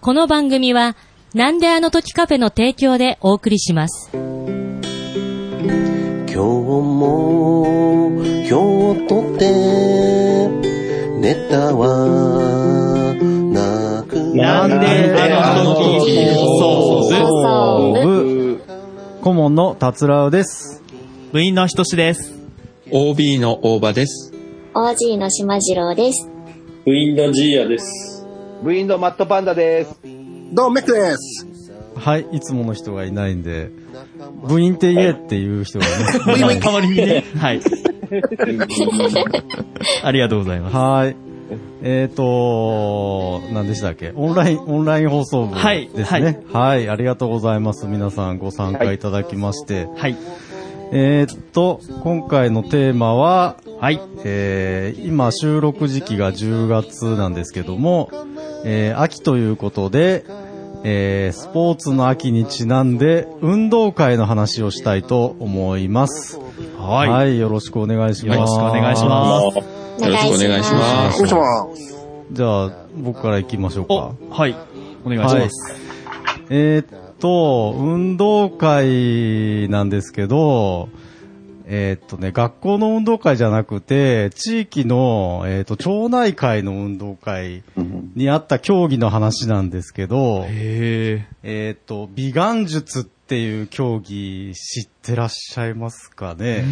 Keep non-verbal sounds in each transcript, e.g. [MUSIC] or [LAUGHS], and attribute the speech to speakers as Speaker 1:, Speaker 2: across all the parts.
Speaker 1: この番組は、なんであの時カフェの提供でお送りします。
Speaker 2: 今日も今日とてネタはなく
Speaker 3: なんであの時放送
Speaker 4: 部顧問の達郎です。
Speaker 3: 部員のひとしです。
Speaker 5: OB の大場です。
Speaker 6: OG の島次郎です。
Speaker 7: 部員のジーヤです。
Speaker 8: 部員のマットパンダです。
Speaker 9: どうも、メックです。
Speaker 4: はい、いつもの人がいないんで、部員って言えっていう人がね。
Speaker 3: 代わりにね。はい。 [LAUGHS] ありがとうございます。
Speaker 4: はい。えっ、ー、と、何でしたっけオンライン、オンライン放送部
Speaker 3: はい
Speaker 4: ですね。はい、ありがとうございます。皆さんご参加いただきまして。
Speaker 3: はい。
Speaker 4: えー、っと、今回のテーマは、
Speaker 3: はい。
Speaker 4: えー今収録時期が10月なんですけども、えー秋ということで、えースポーツの秋にちなんで運動会の話をしたいと思います。
Speaker 3: はい。
Speaker 4: よろしくお願いします。
Speaker 3: よろしくお願いしま
Speaker 5: よろしくお願いし
Speaker 4: お
Speaker 5: ま
Speaker 4: 願いし
Speaker 5: す。
Speaker 9: おします。
Speaker 4: す。じゃあ、僕から行きましょう
Speaker 3: お
Speaker 4: か。、
Speaker 3: はい。お願いします。
Speaker 4: えーっと、運動会なんですけど、えーっとね、学校の運動会じゃなくて、地域の、えーっと、町内会の運動会にあった競技の話なんですけど、
Speaker 3: へ
Speaker 4: えーっと、美顔術っていう競技知ってらっしゃいますかね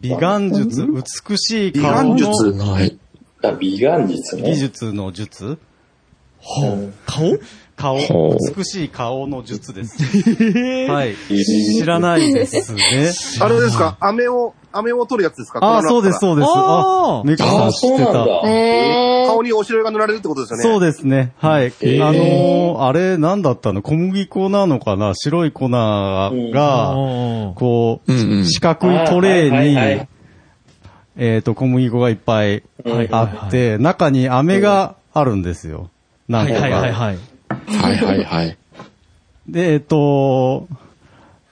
Speaker 4: 美顔術、美しい顔の
Speaker 9: 美顔術
Speaker 5: はい。
Speaker 7: あ、美顔術ね。
Speaker 4: 技術の術
Speaker 7: うん
Speaker 4: 顔顔
Speaker 5: ほう。
Speaker 4: 美しい顔の術です。
Speaker 3: え。い。
Speaker 4: はい。知らないですね。
Speaker 9: あれですか飴を、飴を取るやつですか
Speaker 4: ああ、そうです、
Speaker 9: う。
Speaker 4: そうです。
Speaker 3: あ
Speaker 4: あ
Speaker 3: ー、
Speaker 4: メクさ
Speaker 7: あ
Speaker 4: ん
Speaker 7: あ、
Speaker 4: 知
Speaker 7: そ
Speaker 4: っ
Speaker 7: う
Speaker 4: て
Speaker 7: なん
Speaker 4: た。
Speaker 7: だ。
Speaker 6: え
Speaker 9: 顔にお汁が塗られるってことですよね。
Speaker 4: そう
Speaker 9: で
Speaker 4: ですね。はい。
Speaker 7: ー
Speaker 4: あのーあれ、なんだったの小麦粉なのかな白い粉が、
Speaker 3: あ
Speaker 4: こう、
Speaker 5: うんうん
Speaker 4: 四角いトレ
Speaker 7: あーはいはい
Speaker 4: ー
Speaker 7: は
Speaker 4: に
Speaker 7: い、
Speaker 4: えっと、小麦粉がいっぱい
Speaker 7: はい
Speaker 4: あって、中に飴があるんですよ。なん
Speaker 3: はい
Speaker 4: か
Speaker 3: はいはい
Speaker 4: が。
Speaker 3: はい。
Speaker 5: はいはいはい。
Speaker 4: で、えっと、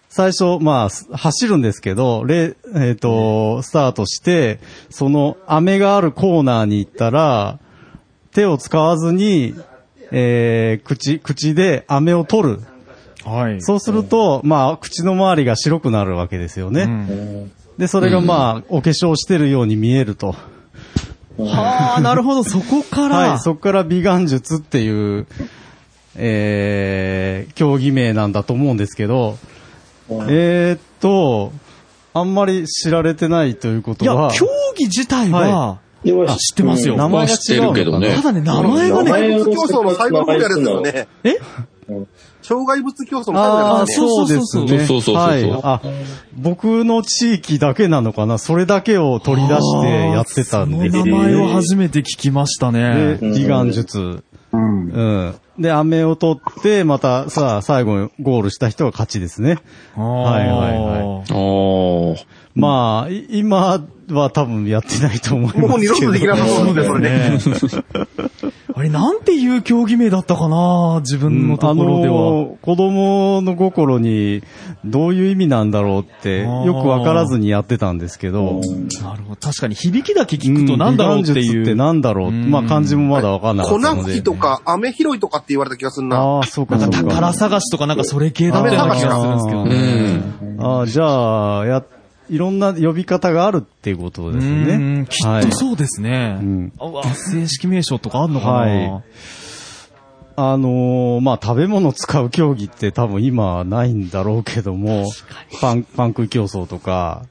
Speaker 4: 最初、まあ、す走るんですけど、れ、えっと、スタートして、その、飴があるコーナーに行ったら、手を使わずに、えー、口、口で飴を取る。
Speaker 3: はい。
Speaker 4: そうすると、まあ、口の周りが白くなるわけですよね。
Speaker 3: うん
Speaker 4: で、それがまあ、お化粧してるように見えると。
Speaker 3: はあ、なるほど、そこから。
Speaker 4: はい、そこから美顔術っていう、えー、競技名なんだと思うんですけど、えー、っと、あんまり知られてないということ
Speaker 3: いや
Speaker 4: は、、
Speaker 3: 競技自体は、
Speaker 7: では
Speaker 3: あ知ってますよ
Speaker 4: 名前が違うのかな
Speaker 5: は知ってるけどね
Speaker 3: ただね、名前が
Speaker 7: 名
Speaker 3: ね、
Speaker 7: 前
Speaker 9: 物競争の最後の方やるやつですよね。
Speaker 3: え
Speaker 9: 障害物競争の最後の
Speaker 4: あ
Speaker 9: や
Speaker 4: あ、
Speaker 9: つですよね。
Speaker 4: そうですね。
Speaker 5: そうそうそうそう
Speaker 4: はい。あ、僕の地域だけなのかなそれだけを取り出してやってたんですよ
Speaker 3: その名前を初めて聞きました
Speaker 4: で、
Speaker 3: ね。
Speaker 4: 美顔術。うん。で、飴を取って、またさあ、最後にゴールした人が勝ちですね。はいはいは
Speaker 5: おー。
Speaker 4: まあ、い今は多分やってないと思いますけど。
Speaker 9: もう二度とできなさそうですよね。
Speaker 3: ね。
Speaker 4: [LAUGHS]
Speaker 3: あれ、なんていう競技名だったかな自分のところでは。
Speaker 4: ー子供の心にどういう意味なんだろうって、
Speaker 3: あー
Speaker 4: よくわからずにやってたんですけど、
Speaker 3: なるほど。確かに響きだけ聞くとなんだろうって
Speaker 4: 美顔術
Speaker 3: い
Speaker 4: って
Speaker 3: う。
Speaker 4: なんだろうって
Speaker 3: うん
Speaker 4: まあ漢字もまだわかんなか
Speaker 9: 粉
Speaker 4: ったの
Speaker 9: 吹
Speaker 4: で
Speaker 9: き。とか、飴拾いとかって言われた気がするな。
Speaker 4: ああ、そうか、
Speaker 3: な
Speaker 4: そ
Speaker 3: ん
Speaker 4: う
Speaker 3: か
Speaker 4: か。
Speaker 3: 宝探しとかなんかそれ系だったような気がするんですけど
Speaker 5: う
Speaker 3: ね。
Speaker 5: ん。
Speaker 4: ああ、じゃあ、や、いろんな呼び方があるっていうことです
Speaker 3: う
Speaker 4: ね
Speaker 3: ん。きっとそうですね。
Speaker 4: ん
Speaker 3: あうわ正式名称とかあんのかな、
Speaker 4: はいあのーまあ、食べ物使う競技って多分今はないんだろうけども、パン、パン食い競争とか、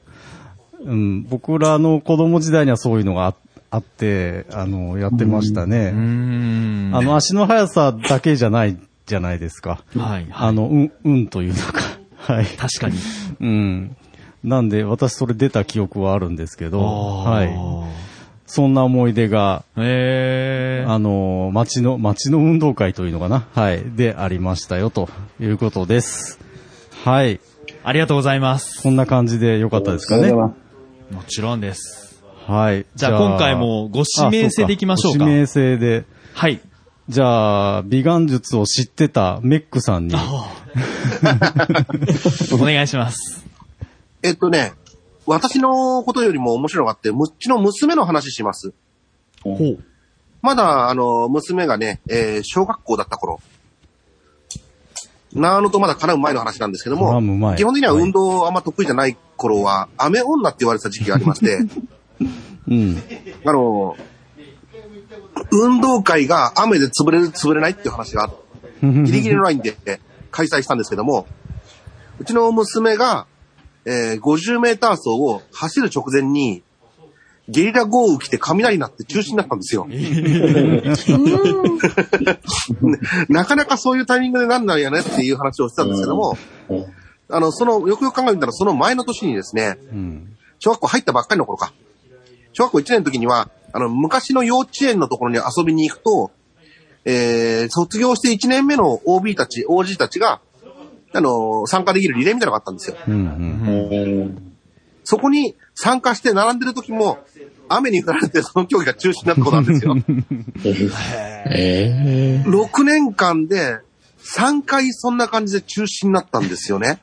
Speaker 4: うん、僕らの子供時代にはそういうのがああって、あのやってました
Speaker 3: うー
Speaker 4: ね。
Speaker 3: ん。
Speaker 4: あの、足の速さだけじゃないじゃないですか。
Speaker 3: はい、はい。
Speaker 4: あの、うん、うんというのか。はい。
Speaker 3: 確かに。
Speaker 4: うん。なんで、私それ出た記憶はあるんですけど、はい。
Speaker 3: い。
Speaker 4: そんな思い出が、
Speaker 3: えー。
Speaker 4: あの、町の、町の運動会というのかなはい。で、ありましたよ、ということです。はい。
Speaker 3: ありがとうございます。
Speaker 4: こんな感じでよかったですかね。
Speaker 3: もちろんです。
Speaker 4: はい。
Speaker 3: じゃあ今回もご指名制でいきましょうか
Speaker 4: あそご指名制で。
Speaker 3: はい。
Speaker 4: じゃあ、美顔術を知ってたメックさんに。
Speaker 3: お願いします。
Speaker 9: えっとね、私のことよりも面白いのがあって、むっちの娘の話します。
Speaker 3: ほう。
Speaker 9: まだ、あの、娘がね、えー小学校だった頃、ナーノとまだ絡む前の話なんですけども、
Speaker 4: 絡む前
Speaker 9: 基本的には運動あんま得意じゃない頃は、雨女って言われてた時期がありまして、
Speaker 4: うん。
Speaker 9: あの、運動会が雨で潰れる、潰れないっていう話が、ギリギリのラインで開催したんですけども、うちの娘が、えー50メーター走を走る直前に、ゲリラ豪雨来て雷になって中止になったんですよ。 [LAUGHS] なかなかそういうタイミングでなんなんやねっていう話をしてたんですけども、あの、その、よくよく考えてみたら、その前の年にですね、
Speaker 4: うん。
Speaker 9: 小学校入ったばっかりの頃か。小学校1年の時には、あの、昔の幼稚園のところに遊びに行くと、えー、卒業して1年目の OB たち、OG たちが、あの、参加できるリレーみたいなのがあったんですよ。
Speaker 4: うん。うん。
Speaker 9: そこに参加して並んでる時も、雨に降られてその競技が中止になったことなんですよ。
Speaker 5: え
Speaker 9: 6年間で3回そんな感じで中止になったんですよ
Speaker 3: [LAUGHS]
Speaker 9: ね。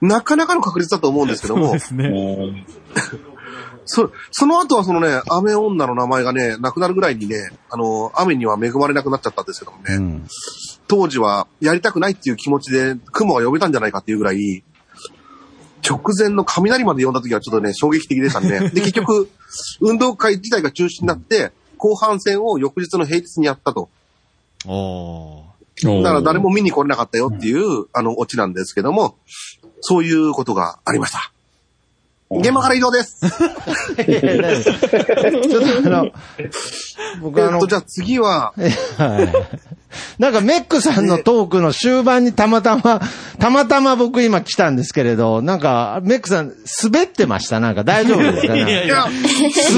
Speaker 9: なかなかの確率だと思うんですけど
Speaker 3: そう
Speaker 9: も
Speaker 3: で、すね。
Speaker 9: そ、その後はそのね、雨女の名前がね、なくなるぐらいにね、あの、雨には恵まれなくなっちゃったんですけどもね、
Speaker 4: うん。
Speaker 9: 当時はやりたくないっていう気持ちで雲が呼べたんじゃないかっていうぐらい、直前の雷まで呼んだ時はちょっとね、衝撃的でしたね。で、結局、運動会自体が中止になって、後半戦を翌日の平日にやったと。
Speaker 3: お
Speaker 5: え。
Speaker 9: だから誰も見に来れなかったよっていう、あの、オチなんですけども、そういうことがありました。現場から移動です。
Speaker 10: ちょっとあの、僕
Speaker 9: え
Speaker 10: あ
Speaker 9: っ
Speaker 10: の
Speaker 9: と、、じゃあ次は、
Speaker 10: はい。なんかメックさんのトークの終盤にたまたま、たまたま僕今来たんですけれど、なんかメックさん滑ってましたなんか大丈夫ですかね
Speaker 9: いや、
Speaker 10: す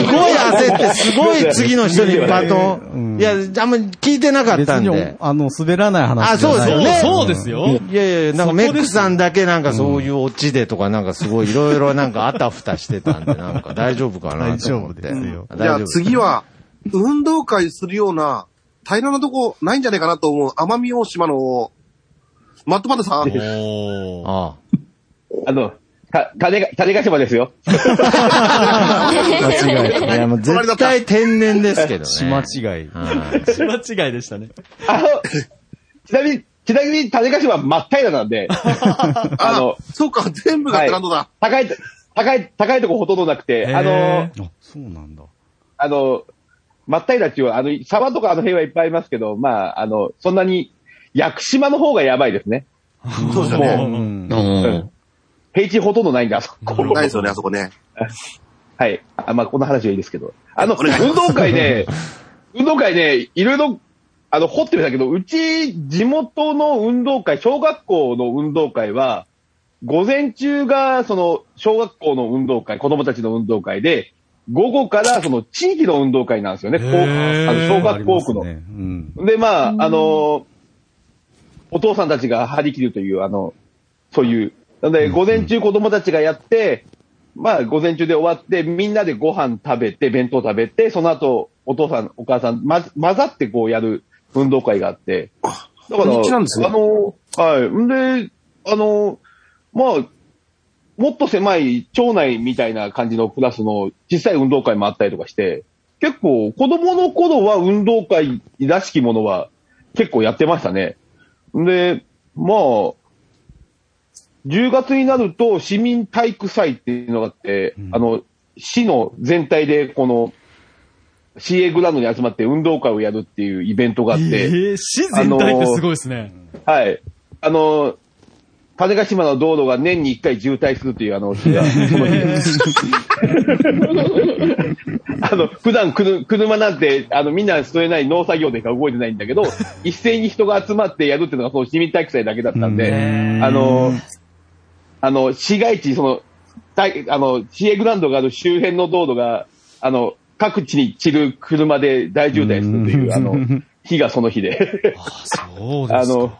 Speaker 10: ごい焦って、すごい次の人にバトン。いや、あんまり聞いてなかっ
Speaker 4: 別
Speaker 10: たん
Speaker 4: に
Speaker 10: で、。
Speaker 4: あの、滑らない話じゃ
Speaker 10: あそ
Speaker 4: ない
Speaker 10: う
Speaker 3: ー
Speaker 10: ね
Speaker 3: そうですよ。
Speaker 10: いやいや、なんかメックさんだけなんかそういうオチでとかなんかすごいいろいろなんかあたふたしてたんで、なんか大丈夫かなと思って。
Speaker 4: 大丈夫ですよ
Speaker 10: 大
Speaker 9: じゃ
Speaker 10: 丈夫
Speaker 9: あ
Speaker 10: です
Speaker 9: 次は、運動会するような、平らなとこないんじゃないかなと思う、奄美大島の、マットパンダさん。
Speaker 3: おー
Speaker 10: ああ
Speaker 8: あの、た、種が、種ヶ島ですよ。
Speaker 10: 間違い。いや、もう絶対天然ですけどね。
Speaker 4: 島違い。
Speaker 10: はい
Speaker 3: 間違いでしたね。
Speaker 8: あの、 [LAUGHS] ちなみに、ちなみに種ヶ島真っ平らなんで、あの、
Speaker 9: そうか、全部がグランドだ。
Speaker 8: 高い、高い、高いとこほとんどなくて、あ
Speaker 3: へ
Speaker 8: の、
Speaker 4: あ、そうなんだ。
Speaker 8: あの、真っ平らっていうのは、あの、沢とかあの辺はいっぱいありますけど、まあ、あの、そんなに、屋久島の方がやばいですね。
Speaker 9: そうですよ
Speaker 4: う
Speaker 9: ね。
Speaker 4: ん。
Speaker 5: うん。
Speaker 8: 平地ほとんどないんで、あそこ。
Speaker 9: ないですよね、あそこね。
Speaker 8: はい。あまあ、この話はいいですけど。あの、
Speaker 9: お願いします
Speaker 8: 運動会ね、運動会ね、いろいろ、あの、掘ってみたけど、うち、地元の運動会、小学校の運動会は、午前中が、その、小学校の運動会、子供たちの運動会で、午後から、その、地域の運動会なんですよね。こう
Speaker 3: へー
Speaker 8: あの小学校区の
Speaker 4: あ。りますねうん。
Speaker 8: で、まあ、あの、お父さんたちが張り切るという、あの、そういう。なので、午前中子供たちがやって、まあ、午前中で終わって、みんなでご飯食べて、弁当食べて、その後、お父さん、お母さん、ま、混ざってこうやる運動会があって。だから、
Speaker 9: 土日なんですね
Speaker 8: あの、はい。んで、あの、まあ、もっと狭い町内みたいな感じのクラスの小さい運動会もあったりとかして、結構子供の頃は運動会らしきものは結構やってましたね。で、まあ、10月になると市民体育祭っていうのがあって、あの、市の全体でこの CA グラウンドに集まって運動会をやるっていうイベントがあっ
Speaker 3: え
Speaker 8: て、
Speaker 3: ー、自然体ってすごいですね。
Speaker 8: はい。あの、種子島の道路が年に1回渋滞するという、あ [LAUGHS] の、日が、その日。あの、普段くる車なんて、あの、みんなそれない農作業でしか動いてないんだけど、一斉に人が集まってやるっていうのが、その市民体育祭だけだったんで、あの、あの、市街地、その、大あの、市営グラウンドがある周辺の道路が、あの、各地に散る車で大渋滞するという、あの、日がその日で。
Speaker 3: そうで
Speaker 8: あ
Speaker 3: すか。
Speaker 8: の、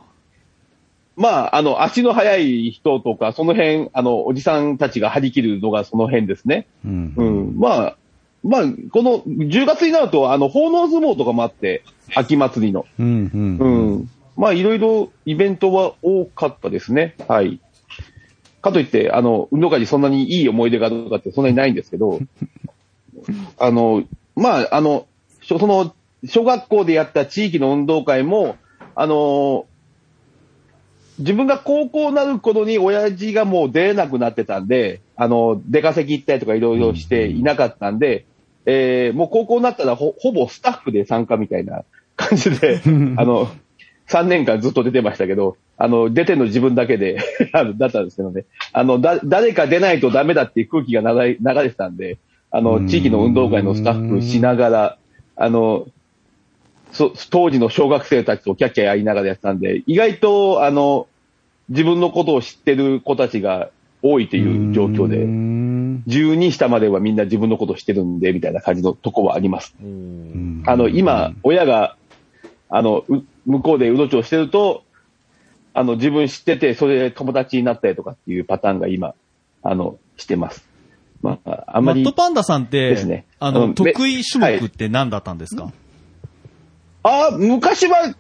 Speaker 8: まあ、あの、足の速い人とか、その辺、あの、おじさんたちが張り切るのがその辺ですね。
Speaker 4: うん
Speaker 8: うん。まあ、まあ、この10月になると、あの、奉納相撲とかもあって、秋祭りの。
Speaker 4: うん。う。
Speaker 8: うんん。まあ、いろいろイベントは多かったですね。はい。かといって、あの、運動会にそんなにいい思い出がどうかってそんなにないんですけ
Speaker 4: [LAUGHS]
Speaker 8: ど、あの、まあ、あの、しょその、小学校でやった地域の運動会も、あの、自分が高校になる頃に親父がもう出れなくなってたんで、あの、出稼ぎ行ったりとかいろいろしていなかったんで、えーもう高校になったらほほぼスタッフで参加みたいな感じで、あの、3年間ずっと出てましたけど、あの、出てんの自分だけで、 [LAUGHS] あのだったんですけどね。あの、だ、誰か出ないとダメだっていう空気が流れ流れてたんで、あの、地域の運動会のスタッフしながら、あの、そ当時の小学生たちとキャッキャやりながらやってたんで、意外と、あの、自分のことを知ってる子たちが多いという状況で、12下まではみんな自分のことを知ってるんで、みたいな感じのとこはあります。あの、今、親が、あの、う向こうでうろちょろしてると、あの、自分知ってて、それで友達になったりとかっていうパターンが今、あの、してます。まあ、あんま
Speaker 3: マ
Speaker 8: り。
Speaker 3: ットパンダさんっ
Speaker 8: です
Speaker 3: て
Speaker 8: ね、
Speaker 3: あ
Speaker 8: あ
Speaker 3: の、
Speaker 8: の
Speaker 3: 得意種目って何だったんですか
Speaker 8: ああ、昔は、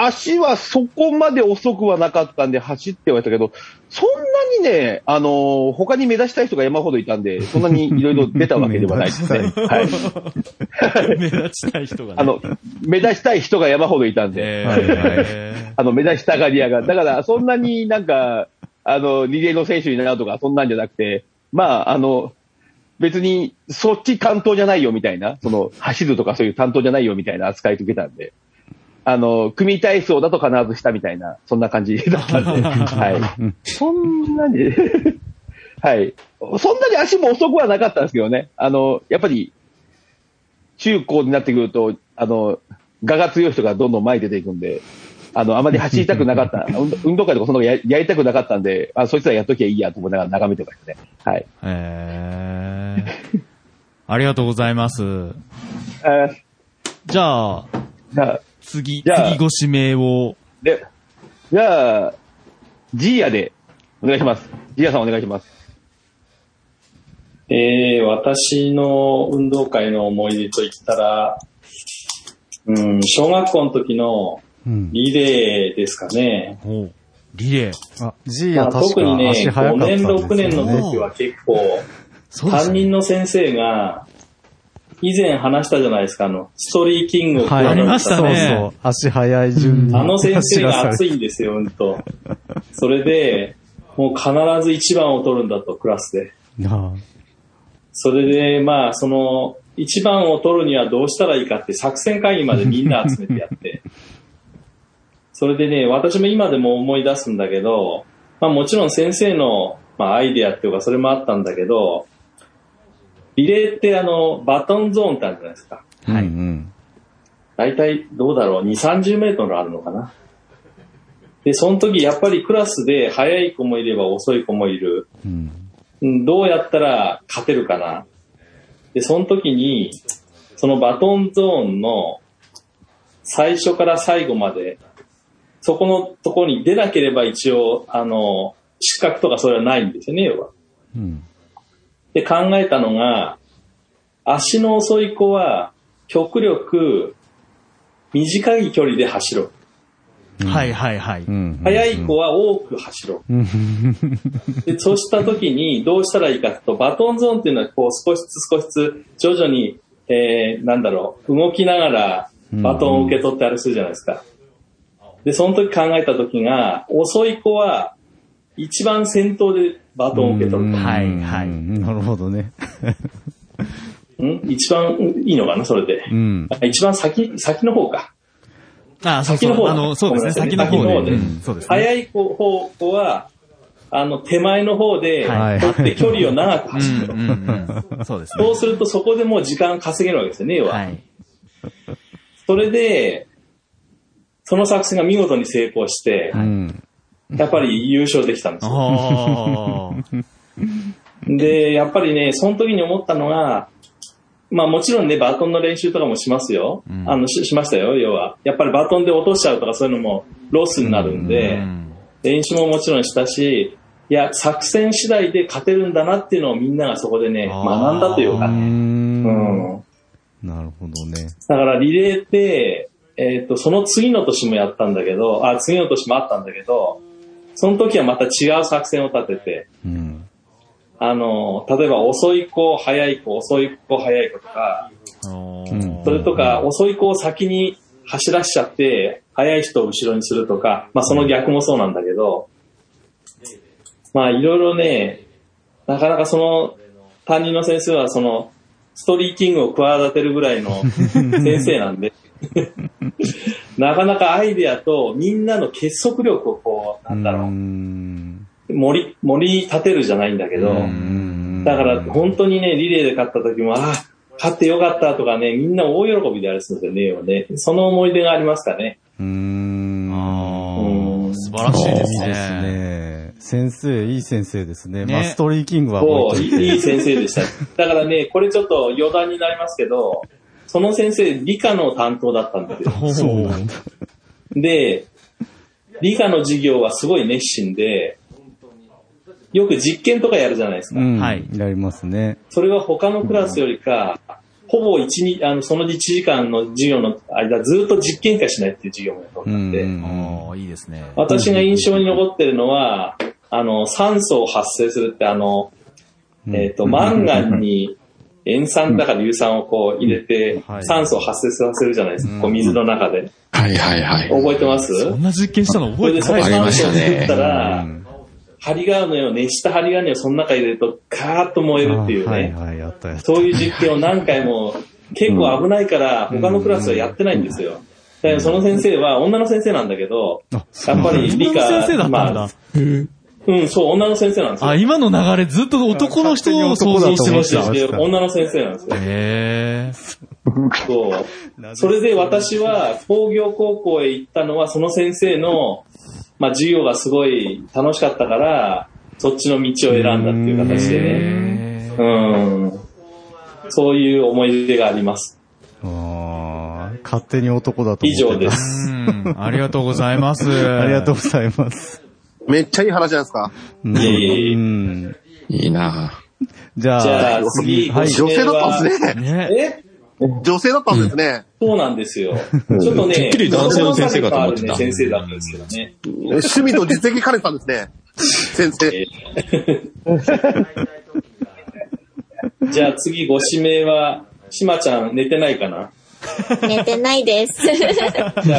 Speaker 8: 足はそこまで遅くはなかったんで走ってはいたけど、そんなにね、あのー他に目指したい人が山ほどいたんで、そんなにいろいろ出たわけではないです [LAUGHS] ね。はい。
Speaker 3: [LAUGHS] 目立ちたい人がね。
Speaker 8: あの、目指したい人が山ほどいたんで、あの、目指したがり屋が。だから、そんなになんか、あの、リレーの選手になるとか、そんなんじゃなくて、まあ、あの、別に、そっち担当じゃないよみたいな、その、走るとかそういう担当じゃないよみたいな扱いを受けたんで、あの、組体操だと必ずしたみたいな、そんな感じだったんで、 [LAUGHS] はい。そんなに、 [LAUGHS] はい。そんなに足も遅くはなかったんですけどね、あの、やっぱり、中高になってくると、あの、我が強い人がどんどん前に出ていくんで、あの、あまり走りたくなかった、 [LAUGHS] 運動運動会とかそんなのややりたくなかったんで、あ、そいつらやっときゃいいやと思いながら眺めてましたね。はい。
Speaker 3: えーありがとうございます。
Speaker 8: え
Speaker 3: じゃあ、次、
Speaker 8: じゃあ
Speaker 3: 次ご指名を。
Speaker 8: で、じゃあ、ジーヤで、お願いします。ジーヤさんお願いします。
Speaker 7: えー、私の運動会の思い出といったら、うん、小学校の時のリレーですかね。
Speaker 3: リレー。
Speaker 4: あ、G
Speaker 7: ま
Speaker 4: や
Speaker 7: あ
Speaker 4: 確
Speaker 7: 特
Speaker 4: か
Speaker 7: にね、
Speaker 4: 足早
Speaker 7: 5
Speaker 4: かったんです
Speaker 7: 年、
Speaker 4: よね
Speaker 7: 6年の時は結構、担任の先生が、以前話したじゃないですか、あの、ストリーキングを
Speaker 4: はい。
Speaker 7: こう
Speaker 4: そうそう。足早い順に。
Speaker 7: あの先生が熱
Speaker 4: [LAUGHS]
Speaker 7: い
Speaker 4: い。
Speaker 7: んですよ、うんと。それで、もう必ず一番を取るんだと、クラスで。
Speaker 4: あ
Speaker 7: それで、まあ、その、一番を取るにはどうしたらいいかって作戦会議までみんな集めてやって。それでね、私も今でも思い出すんだけど、まあもちろん先生の、まあ、アイデアっていうかそれもあったんだけど、リレーってあの、バトンゾーンってあるじゃないですか。
Speaker 4: はい。うん。
Speaker 7: 大体どうだろう、2、30メートルあるのかな。で、その時やっぱりクラスで速い子もいれば遅い子もいる。うんどうやったら勝てるかな。で、その時に、そのバトンゾーンの最初から最後まで、そこのところに出なければ一応、あの、失格とかそれはないんですよね、要は。
Speaker 4: うん。
Speaker 7: で、考えたのが、足の遅い子は、極力、短い距離で走ろう。
Speaker 3: はいはいはい。
Speaker 7: 速い子は多く走ろう。で、そうした時にどうしたらいいかというと、バトンゾーンっていうのはこう少しずつ少しずつ徐々に、えー、なんだろう、動きながらバトンを受け取ってあれするじゃないですか。で、その時考えた時が、遅い子は一番先頭でバトンを受け取ると。
Speaker 3: はいはい。
Speaker 4: なるほどね。
Speaker 7: ん一番いいのかな、それで。
Speaker 4: うん。
Speaker 7: あ一番先、先の方か。
Speaker 3: あ、そう
Speaker 7: 先
Speaker 3: そ
Speaker 7: の方
Speaker 3: う。
Speaker 7: だ
Speaker 3: あの、そうですね。先
Speaker 7: 先
Speaker 3: の
Speaker 7: の
Speaker 3: 方
Speaker 7: 方
Speaker 3: で。
Speaker 7: で
Speaker 3: うんそうですね。
Speaker 7: 早い子方向は、あの、手前の方で、
Speaker 4: はい
Speaker 7: 取って距離を長く走ると。
Speaker 3: うんそうです
Speaker 7: [LAUGHS] そ
Speaker 3: ね。
Speaker 7: うするとそこでもう時間稼げるわけですよね、要は。
Speaker 3: はい。
Speaker 7: それで、その作戦が見事に成功して、
Speaker 4: うん。
Speaker 7: やっぱり優勝できたんですよ。
Speaker 3: あー
Speaker 7: で、やっぱりね、その時に思ったのが、まあもちろんね、バトンの練習とかもしますよ。あのし、しましたよ、要は。やっぱりバトンで落としちゃうとかそういうのもロスになるんで、
Speaker 3: うん
Speaker 7: 練習ももちろんしたし、いや、作戦次第で勝てるんだなっていうのをみんながそこでね、
Speaker 3: あー
Speaker 7: 学んだというか
Speaker 4: う
Speaker 7: ね。
Speaker 4: ん。
Speaker 7: うん。
Speaker 4: なるほどね。
Speaker 7: だからリレーって、えっ、と、その次の年もやったんだけど、あ、次の年もあったんだけど、その時はまた違う作戦を立てて、
Speaker 4: うん。
Speaker 7: あの、例えば遅い子、早い子、遅い子、早い子とか、
Speaker 3: あ
Speaker 4: うん
Speaker 3: ー
Speaker 7: それとか遅い子を先に走らしちゃって、速い人を後ろにするとか、まあその逆もそうなんだけど、まあいろいろね、なかなかその担任の先生はそのストーリーキングを企てるぐらい [LAUGHS] の先生なんで、 [LAUGHS] なかなかアイデアとみんなの結束力をこう、なんだろう、盛り、盛り立てるじゃないんだけど、だから本当にね、リレーで勝った時も、ああ、勝ってよかったとかね、みんな大喜びであれするんですよね、その思い出がありますかね。
Speaker 3: 素晴らしいです
Speaker 4: いい
Speaker 3: ね。
Speaker 4: ですね。先生、いい先生ですね。
Speaker 7: ね
Speaker 4: まあ、ストーリーキングは
Speaker 7: そ
Speaker 4: 置
Speaker 7: う、
Speaker 4: いといて
Speaker 7: いい先生でした。 [LAUGHS] だからね、これちょっと余談になりますけど、その先生、理科の担当だったんですよ。
Speaker 4: そうなん
Speaker 3: だ。
Speaker 7: で、理科の授業はすごい熱心で、よく実験とかやるじゃないですか。
Speaker 4: うん。はい。やりますね。
Speaker 7: それは他のクラスよりか、ほぼ一日、あの、その1時間の授業の間、ずっと実験しかしないっていう授業もやった
Speaker 3: うん。いいですね。
Speaker 7: 私が印象に残ってるのは、あの、酸素を発生するって、あの、えっ、と、マンガンに塩酸だか硫酸をこう入れて、酸素を発生させるじゃないですか、こう水の中で。
Speaker 5: はいはいはい。
Speaker 7: 覚えてます
Speaker 3: そんな実験したの覚えて
Speaker 7: そ
Speaker 3: な
Speaker 7: れ
Speaker 3: い
Speaker 7: でその酸素を作った
Speaker 3: う
Speaker 7: ら
Speaker 3: ん、
Speaker 7: 針金を、熱した針金をその中に入れると、カーッと燃えるっていう
Speaker 4: あはい
Speaker 7: ね、
Speaker 4: はい、やったやった。
Speaker 7: そういう実験を何回も、結構危ないから、他のクラスはやってないんですよ。でその先生は、女の先生なんだけど、やっぱり理科、
Speaker 3: 女の先生だったんだ
Speaker 7: まあうん、そう、女の先生なんですよ。
Speaker 3: あ、今の流れずっと男の人を想像してました。
Speaker 7: で女の先生なんですよ。
Speaker 3: へー
Speaker 7: そう。それで私は工業高校へ行ったのはその先生の、まあ授業がすごい楽しかったから、そっちの道を選んだっていう形でね。うん。そういう思い出があります。
Speaker 4: あー勝手に男だと
Speaker 7: 以
Speaker 4: 思ってた。
Speaker 7: 上です
Speaker 5: [LAUGHS]
Speaker 3: うんありがとうございます
Speaker 4: [LAUGHS] ありがとうございます。
Speaker 9: めっちゃいい話じゃないですか。
Speaker 4: い
Speaker 7: えいえ
Speaker 4: うん。
Speaker 5: いいな
Speaker 4: じゃあ、
Speaker 7: じゃあ次、
Speaker 4: はい。
Speaker 9: 女性だったんですね。
Speaker 7: ね。
Speaker 9: 女性だったんですね。
Speaker 7: そうなんです
Speaker 5: [LAUGHS]
Speaker 7: よ。ちょっとね、
Speaker 5: てっきり男性の先生かと思ってた
Speaker 7: 男性の先生だったんですけどね。
Speaker 9: 趣味と実績兼ねてたんですね。先生。
Speaker 7: じゃあ次ご指名は、しまちゃん寝てないかな
Speaker 6: 寝てない
Speaker 5: [LAUGHS]
Speaker 6: です。
Speaker 7: じゃ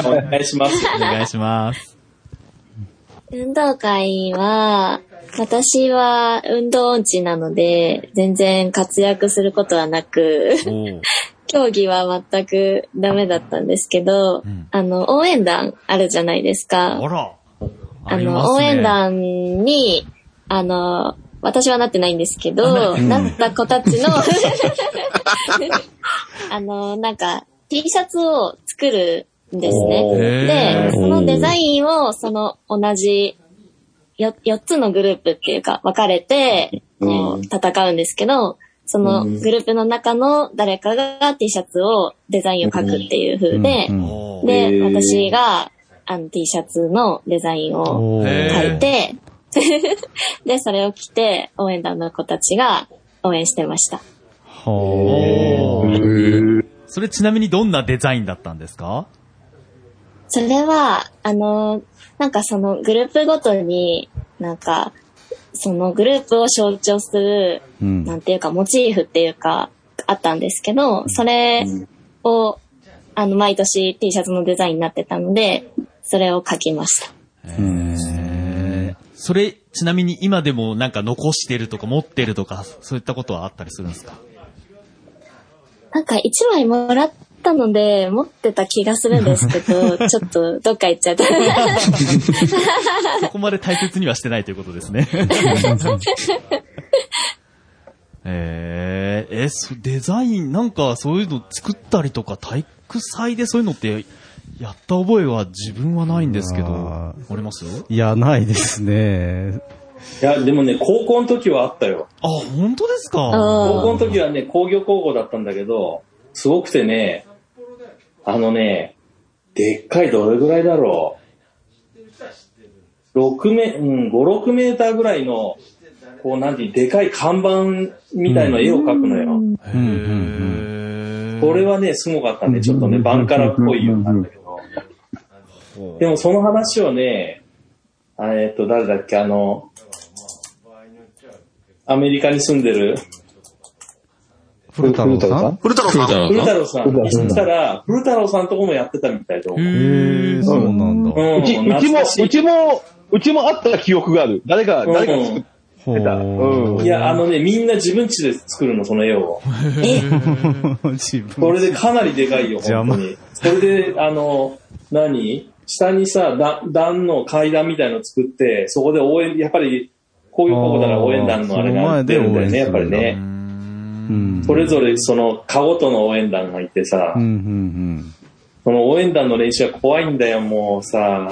Speaker 7: あお願いします。
Speaker 3: お願いします。
Speaker 6: 運動会は、私は運動音痴なので、全然活躍することはなく、 [LAUGHS] 競技は全くダメだったんですけど、あの、応援団あるじゃないですか。
Speaker 3: あら。
Speaker 6: あ
Speaker 3: りま
Speaker 6: の、
Speaker 3: すね
Speaker 6: 応援団に、あの、私はなってないんですけど、なった子たちの、 [LAUGHS] あの、なんか、T シャツを作るんです
Speaker 7: おー
Speaker 6: ね。
Speaker 3: へ
Speaker 6: で、そのデザインを、その同じよ、4つのグループっていうか、分かれて、こう、戦うんですけど、そのグループの中の誰かが T シャツを、デザインを書くっていう風で、
Speaker 3: おー
Speaker 6: で、
Speaker 7: へー
Speaker 6: 私が、あの、T シャツのデザインを
Speaker 4: おー
Speaker 6: 書
Speaker 3: へ
Speaker 6: いて、 [LAUGHS] で、それを着て、応援団の子たちが応援してました。
Speaker 4: はー
Speaker 3: それちなみにどんなデザインだったんですか
Speaker 6: それは、あの、なんかそのグループごとに、なんか、そのグループを象徴する、
Speaker 4: うん
Speaker 6: なんていうか、モチーフっていうか、あったんですけど、それを、あの、毎年 T シャツのデザインになってたので、それを書きました。
Speaker 3: それ、ちなみに今でもなんか残してるとか持ってるとか、そういったことはあったりするんですか
Speaker 6: なんか一枚もらったので、持ってた気がするんですけど、ちょっとどっか行っちゃった。
Speaker 3: そこまで大切にはしてないということですね。えー、えそデザイン、なんかそういうの作ったりとか、体育祭でそういうのって、やった覚えは自分はないんですけど、あ
Speaker 4: あ
Speaker 3: ります
Speaker 4: いや、ないですね。
Speaker 7: いや、でもね、高校の時はあったよ。
Speaker 3: あ、本当ですか
Speaker 6: うん
Speaker 7: 高校の時はね、工業高校だったんだけど、すごくてね、あのね、でっかいどれぐらいだろう。6メ、うん、5、6メーターぐらいの、こう、なんていう、でかい看板みたいな絵を描くのよ。
Speaker 3: へー
Speaker 7: これはね、すごかったね。ちょっとね、バンカラっぽいようなんだけど。でもその話をね、あえっと、誰だっけ、あの、アメリカに住んでる、
Speaker 4: 古太郎さん
Speaker 9: 古太郎
Speaker 5: さん
Speaker 7: 古太郎さん。
Speaker 8: 古
Speaker 7: に
Speaker 8: 太郎さん
Speaker 7: したら、古太郎さんとこもやってたみたいと思う。
Speaker 4: へえ、そうなんだ。
Speaker 7: うん
Speaker 8: うち、うち
Speaker 7: 懐
Speaker 8: も
Speaker 7: かし、
Speaker 8: うちも、うちもあった記憶がある。誰か、誰かが作っ
Speaker 4: ほう
Speaker 8: 出たうん
Speaker 7: い。や、あのね、みんな自分家で作るの、その絵を。
Speaker 4: [LAUGHS] 自分。
Speaker 7: これでかなりでかいよ、
Speaker 4: 邪
Speaker 7: 本
Speaker 4: 魔
Speaker 7: 当に。それで、あの、何下にさ、だ段の階段みたいの作って、そこで応援、やっぱり、こういうことだから応援団のあれが出るんだよね、
Speaker 4: あー
Speaker 7: や
Speaker 4: そ
Speaker 7: っぱ
Speaker 4: の前
Speaker 7: り
Speaker 4: で応援するんだ
Speaker 7: ね。
Speaker 4: うん
Speaker 7: それぞれ、その、かごとの応援団がいてさ、
Speaker 4: うんうん
Speaker 7: その応援団の練習は怖いんだよ、もうさ。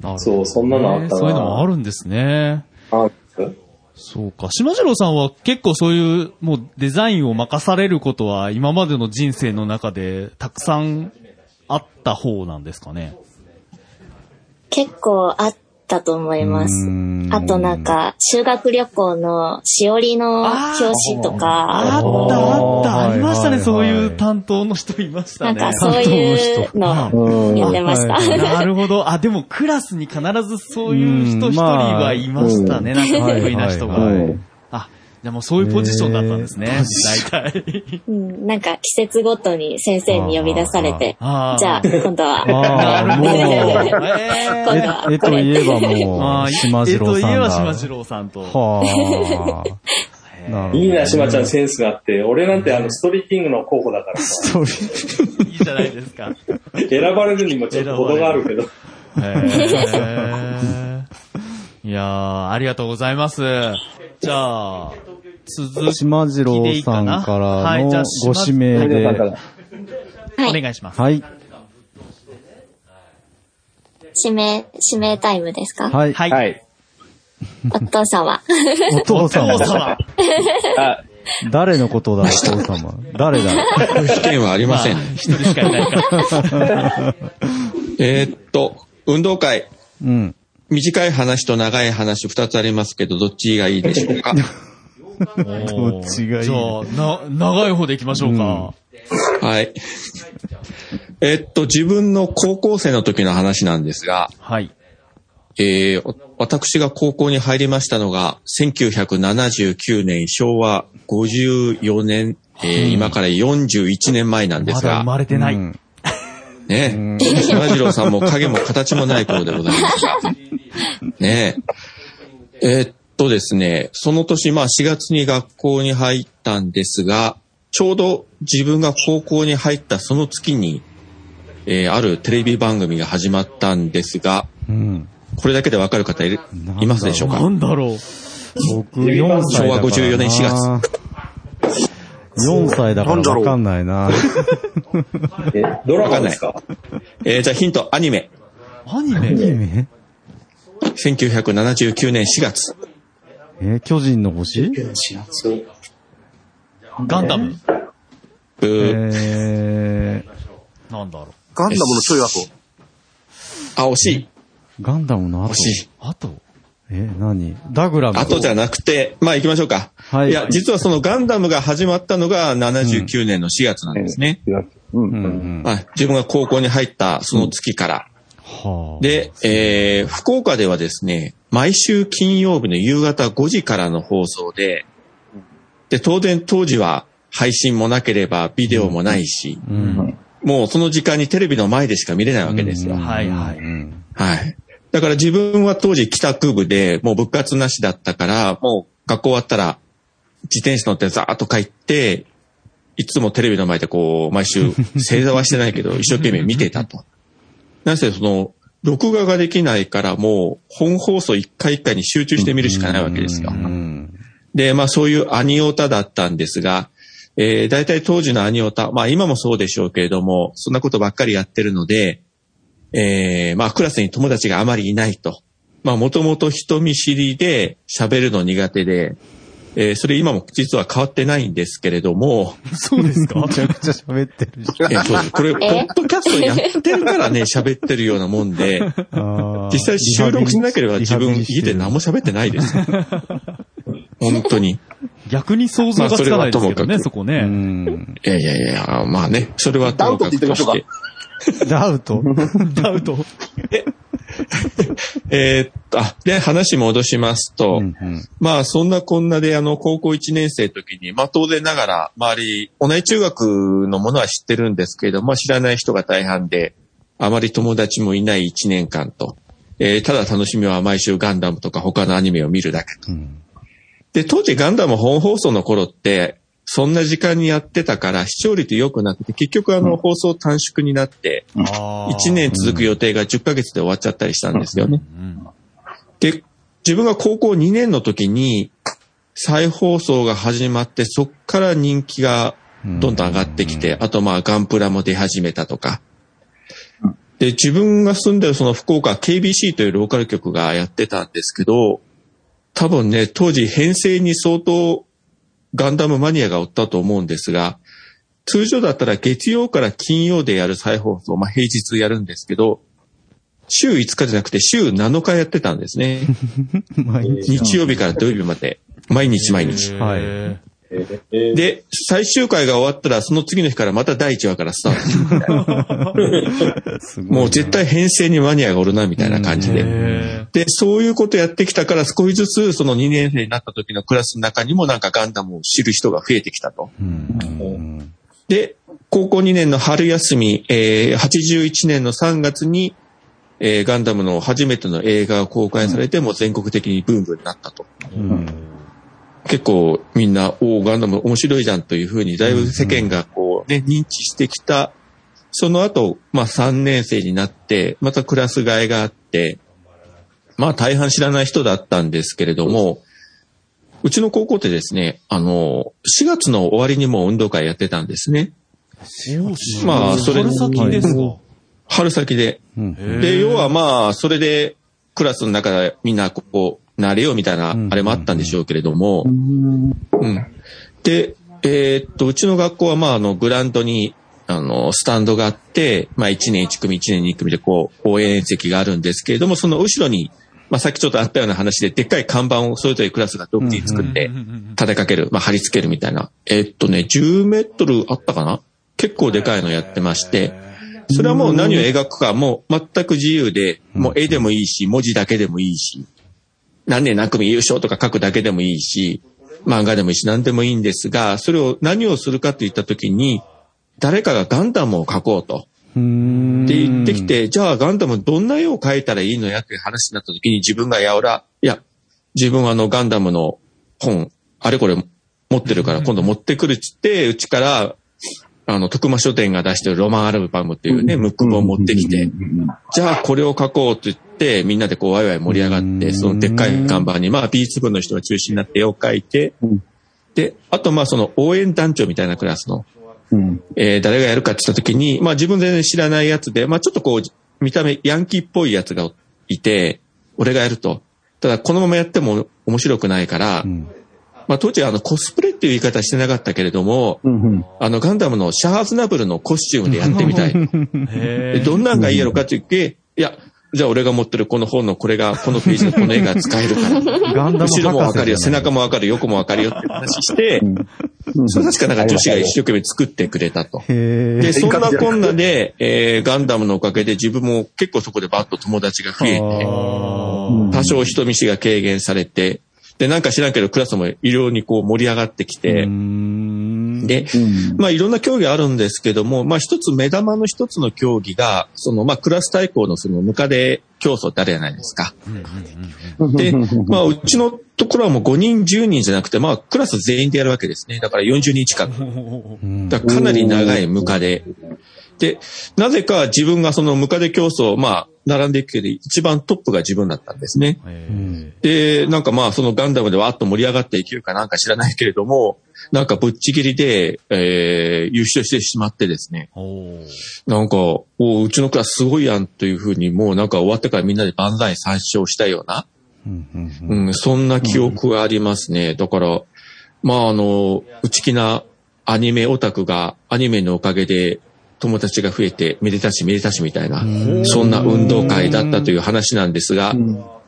Speaker 3: なるほど
Speaker 7: そうそんなのあったな
Speaker 3: そういうのもあるんですね。
Speaker 7: あ
Speaker 3: そうか。島次郎さんは結構そういう、もうデザインを任されることは今までの人生の中でたくさんあった方なんですかね。
Speaker 6: 結構あったと思います
Speaker 4: うーん。
Speaker 6: あとなんか、修学旅行のしおりの表紙とか、
Speaker 3: あったあった、
Speaker 4: はい
Speaker 3: ありましたね、
Speaker 4: はい
Speaker 3: そういう担当の人いました
Speaker 6: なん
Speaker 3: ね。
Speaker 6: かそういう
Speaker 4: う
Speaker 6: の
Speaker 4: ん
Speaker 6: やってまし
Speaker 4: はい
Speaker 6: た。 [LAUGHS]
Speaker 3: なるほど。あ、でもクラスに必ずそういう人一人はいましたね。なんか得意な人が。
Speaker 4: はい
Speaker 8: はい
Speaker 3: あ、じゃあもうそういうポジションだったんですね。大体。
Speaker 6: うんなんか季節ごとに先生に呼び出されて、
Speaker 3: あー
Speaker 6: じゃあ今度は、
Speaker 3: [LAUGHS]
Speaker 4: あー
Speaker 3: なるほど。
Speaker 6: これ
Speaker 3: えー
Speaker 6: だ
Speaker 4: え絵といえばも
Speaker 3: あ
Speaker 4: う、
Speaker 3: ー
Speaker 4: 島次郎
Speaker 3: えっと
Speaker 4: さん
Speaker 3: 言え
Speaker 4: だ。
Speaker 3: ば島次郎さんと。 [LAUGHS]
Speaker 4: はあ。なるほど
Speaker 7: いいな、しまちゃんセンスがあって、俺なんてあの、ストリーティングの候補だから
Speaker 4: [LAUGHS]
Speaker 7: さ、
Speaker 4: それ
Speaker 3: いいじゃないです [LAUGHS] か。
Speaker 7: 選ばれるにもちょっと程があるけど。
Speaker 3: へーいやー、ありがとうございます。じゃあ、続き
Speaker 4: 島次郎さんか
Speaker 3: は
Speaker 4: ら
Speaker 3: いじゃあ
Speaker 4: のご指名
Speaker 8: 皆さんか
Speaker 4: で。
Speaker 8: ら。
Speaker 3: お願いします。
Speaker 4: はい。
Speaker 6: [LAUGHS] 指名、指名タイムですか
Speaker 4: はい。
Speaker 3: はい。
Speaker 8: はい。
Speaker 6: お父様。
Speaker 4: お父
Speaker 3: お父
Speaker 4: 様。
Speaker 3: 様。
Speaker 8: あ、
Speaker 4: 誰のことだ、お父様。誰
Speaker 3: [LAUGHS]
Speaker 4: だ。
Speaker 5: 危険はありません。
Speaker 3: 一人しかいないから。
Speaker 5: えーっと、運動会、
Speaker 4: うん。
Speaker 5: 短い話と長い話二つありますけど、どっちがいいでしょう
Speaker 8: [LAUGHS]
Speaker 5: か。
Speaker 4: [LAUGHS] どっちがいい
Speaker 3: じゃあ、な、長い方で行きましょうか。
Speaker 5: はい。えーっと、自分の高校生の時の話なんですが、
Speaker 3: はい。
Speaker 5: えーお私が高校に入りましたのが、1979年昭和54年、えー今から41年前なんで
Speaker 3: ますだ生
Speaker 5: が、
Speaker 3: まれてない。
Speaker 4: うん
Speaker 5: ね、島次郎さんも影も形もない頃でございますが、ねえ、えーっとですね、その年、まあ4月に学校に入ったんですが、ちょうど自分が高校に入ったその月に、えーあるテレビ番組が始まったんですが、
Speaker 4: うん。
Speaker 5: これだけでわかる方いる
Speaker 4: なんだろう
Speaker 5: いますでしょうか
Speaker 3: なんだろう。
Speaker 4: 僕4
Speaker 5: 昭
Speaker 4: 歳だからな。
Speaker 5: 和54年4
Speaker 4: 月。4歳だからわかんないな。
Speaker 7: え、ドラマですか
Speaker 5: えーじゃあヒント、アニメ。
Speaker 3: アニメ
Speaker 4: 意味
Speaker 5: 1979年4月。
Speaker 4: え、巨人の星
Speaker 3: ガンダム
Speaker 5: ブー
Speaker 4: え
Speaker 3: なんだろう。
Speaker 9: ガンダムのちょい後。
Speaker 5: あ、惜しい。
Speaker 4: ー、ガンダムの後
Speaker 5: 惜。しい。
Speaker 3: あと、
Speaker 4: え、何ダグラム。
Speaker 5: あとじゃなくて、まあ行きましょうか。
Speaker 4: はい
Speaker 5: いや、実はそのガンダムが始まったのが79年の4月なんですね。
Speaker 8: うん
Speaker 4: う。んうん。
Speaker 5: まあ自分が高校に入ったその月から。
Speaker 4: はあ。、
Speaker 5: で、えー福岡ではですね、毎週金曜日の夕方5時からの放送で、で、当然当時は配信もなければビデオもないし、
Speaker 4: うん。
Speaker 5: もうその時間にテレビの前でしか見れないわけですよ。
Speaker 3: はいはい
Speaker 4: うん。
Speaker 5: はい。だから自分は当時帰宅部で、もう部活なしだったから、もう学校終わったら、自転車乗ってザーッと帰って、いつもテレビの前でこう、毎
Speaker 4: [LAUGHS]
Speaker 5: 週、正座はしてないけど、一生懸命見てたと。なんせその、録画ができないから、もう、本放送一回一回に集中して見るしかないわけですよ。
Speaker 4: うん。
Speaker 5: で、まあそういうアニオタだったんですが、えー、大体当時のアニオタ、まあ今もそうでしょうけれども、そんなことばっかりやってるので、えー、まあクラスに友達があまりいないと。まあもともと人見知りで喋るの苦手で、えー、それ今も実は変わってないんですけれども、 [LAUGHS]
Speaker 3: そうですか
Speaker 4: めちゃくちゃ喋ってるし。
Speaker 5: えーそうですこれ、ポッドキャストやってるから [LAUGHS] ね、喋ってるようなもんで、 [LAUGHS] 実際収録しなければ自分家で何も喋ってない [LAUGHS] です。本当に。
Speaker 3: 逆に想像がつかないです
Speaker 5: まあそれ
Speaker 3: けど
Speaker 5: はともか
Speaker 3: ね、
Speaker 5: く
Speaker 3: そこ
Speaker 4: う
Speaker 3: ね。
Speaker 4: ん。
Speaker 5: いやいやいや、まあね、それはともかくとして
Speaker 8: ダウトって言ってみましょう
Speaker 4: ダウト
Speaker 3: ダウト。
Speaker 5: えーっと、あ、で、話戻しますと、
Speaker 4: うんうん
Speaker 5: まあ、そんなこんなで、あの、高校1年生の時に、まあ、当然ながら、周り、同じ中学のものは知ってるんですけれども、まあ、知らない人が大半で、あまり友達もいない1年間と、えーただ楽しみは毎週ガンダムとか他のアニメを見るだけと。で、当時ガンダム本放送の頃って、そんな時間にやってたから、視聴率良くなくて、結局あの、放送短縮になって、
Speaker 3: あー
Speaker 5: 1年続く予定が10ヶ月で終わっちゃったりしたんですよね。
Speaker 3: うん
Speaker 5: で、自分が高校2年の時に、再放送が始まって、そっから人気がどんどん上がってきて、あとまあガンプラも出始めたとか。で、自分が住んでるその福岡 KBC というローカル局がやってたんですけど、多分ね、当時編成に相当ガンダムマニアがおったと思うんですが、通常だったら月曜から金曜でやる再放送、まあ平日やるんですけど、週5日じゃなくて週7日やってたんですね。
Speaker 4: 毎日
Speaker 5: 日曜日から土曜日まで、毎日毎日。
Speaker 4: はい
Speaker 3: え
Speaker 5: で、最終回が終わったら、その次の日からまた第1話からスタート。
Speaker 4: すごいな
Speaker 5: もう絶対編成にマニアがおるな、みたいな感じ
Speaker 3: ー
Speaker 5: で。
Speaker 3: え
Speaker 5: で、そういうことやってきたから、少しずつ、その2年生になった時のクラスの中にも、なんかガンダムを知る人が増えてきたと。
Speaker 4: うん
Speaker 5: で、高校2年の春休み、えー81年の3月に、えーガンダムの初めての映画が公開されて、もう全国的にブームになったと。結構みんな、おお、ガンダム面白いじゃんというふうに、だいぶ世間がこうね、認知してきた。その後、まあ3年生になって、またクラス替えがあって、まあ大半知らない人だったんですけれども、うちの高校ってですね、あの、4月の終わりにもう運動会やってたんですね。まあ、それ
Speaker 3: 春、先ですか。
Speaker 5: 春先で。で、要はまあ、それで、クラスの中でみんなここ、慣れようみたいな、あれもあったんでしょうけれども、うん。で、えーっと、うちの学校はまあ、あの、グラウンドに、あの、スタンドがあって、まあ、1年1組、1年2組でこう、応援席があるんですけれども、その後ろに、まあ、さっきちょっとあったような話で、でっかい看板をそれぞれクラスが独自に作って、
Speaker 3: うんうんうん
Speaker 5: 立てかける、まあ、貼り付けるみたいな。えっとね、10メートルあったかな結構でかいのやってまして、それはもう何を描くかもう全く自由で、もう絵でもいいし、文字だけでもいいし、何年何組優勝とか書くだけでもいいし、漫画でもいいし、何でもいいんですが、それを何をするかといったときに、誰かがガンダムを描こうと。って言ってきて、じゃあガンダムどんな絵を描いたらいいのやっていう話になった時に自分がやおら、いや、自分はあのガンダムの本、あれこれ持ってるから今度持ってくるっつって、うちから、あの、徳間書店が出してるロマンアルバムっていうね、ムック本を持ってきて、じゃあこれを書こうって言って、みんなでこうワイワイ盛り上がって、そのでっかい看板に、まあ B 粒の人が中心になって絵を描いて、で、あとまあその応援団長みたいなクラスの、えー誰がやるかって言った時に、まあ自分全然知らないやつで、まあちょっとこう、見た目ヤンキーっぽいやつがいて、俺がやると。ただこのままやっても面白くないから、まあ当時はあのコスプレっていう言い方してなかったけれども、あのガンダムのシャハーズナブルのコスチュームでやってみ
Speaker 4: [LAUGHS]
Speaker 5: たい。
Speaker 3: へ
Speaker 5: でどんなんがいいやろかって言って、いや、じゃあ俺が持ってるこの本のこれが、このページのこの絵が使えるから。
Speaker 4: ガン [LAUGHS] ダム博士
Speaker 5: 後
Speaker 4: じゃ
Speaker 5: ろも
Speaker 4: ない
Speaker 5: わかるよ、背中もわかる、横もわかるよって話して、それ確かなんか女子が一生懸命作ってくれたと。
Speaker 4: へ
Speaker 5: で、そんなこんなで、えーガンダムのおかげで自分も結構そこでバッと友達が増えて、多少人見知りが軽減されて、で、なんか知らんけどクラスも異様にこう盛り上がってきて、で、まあいろんな競技あるんですけども、まあ一つ目玉の一つの競技が、そのまあクラス対抗のそのムカデ競争ってあるじゃないですか。で、まあうちのところはもう5人10人じゃなくて、まあクラス全員でやるわけですね。だから40人近く。だからかなり長いムカデ。で、なぜか自分がそのムカデ競争、まあ並んでいくけど、一番トップが自分だったんですね。で、なんかまあそのガンダムでわーっと盛り上がっていけるかなんか知らないけれども、なんかぶっちぎりで、えー、優勝してしまってですね。
Speaker 3: おー
Speaker 5: なんか、おううちのクラスすごいやんというふうに、もうなんか終わってからみんなで万歳参照したような、うん、そんな記憶がありますね。だから、まああの、内気なアニメオタクがアニメのおかげで友達が増えて、めでたしめでたしみたいな、そんな運動会だったという話なんですが、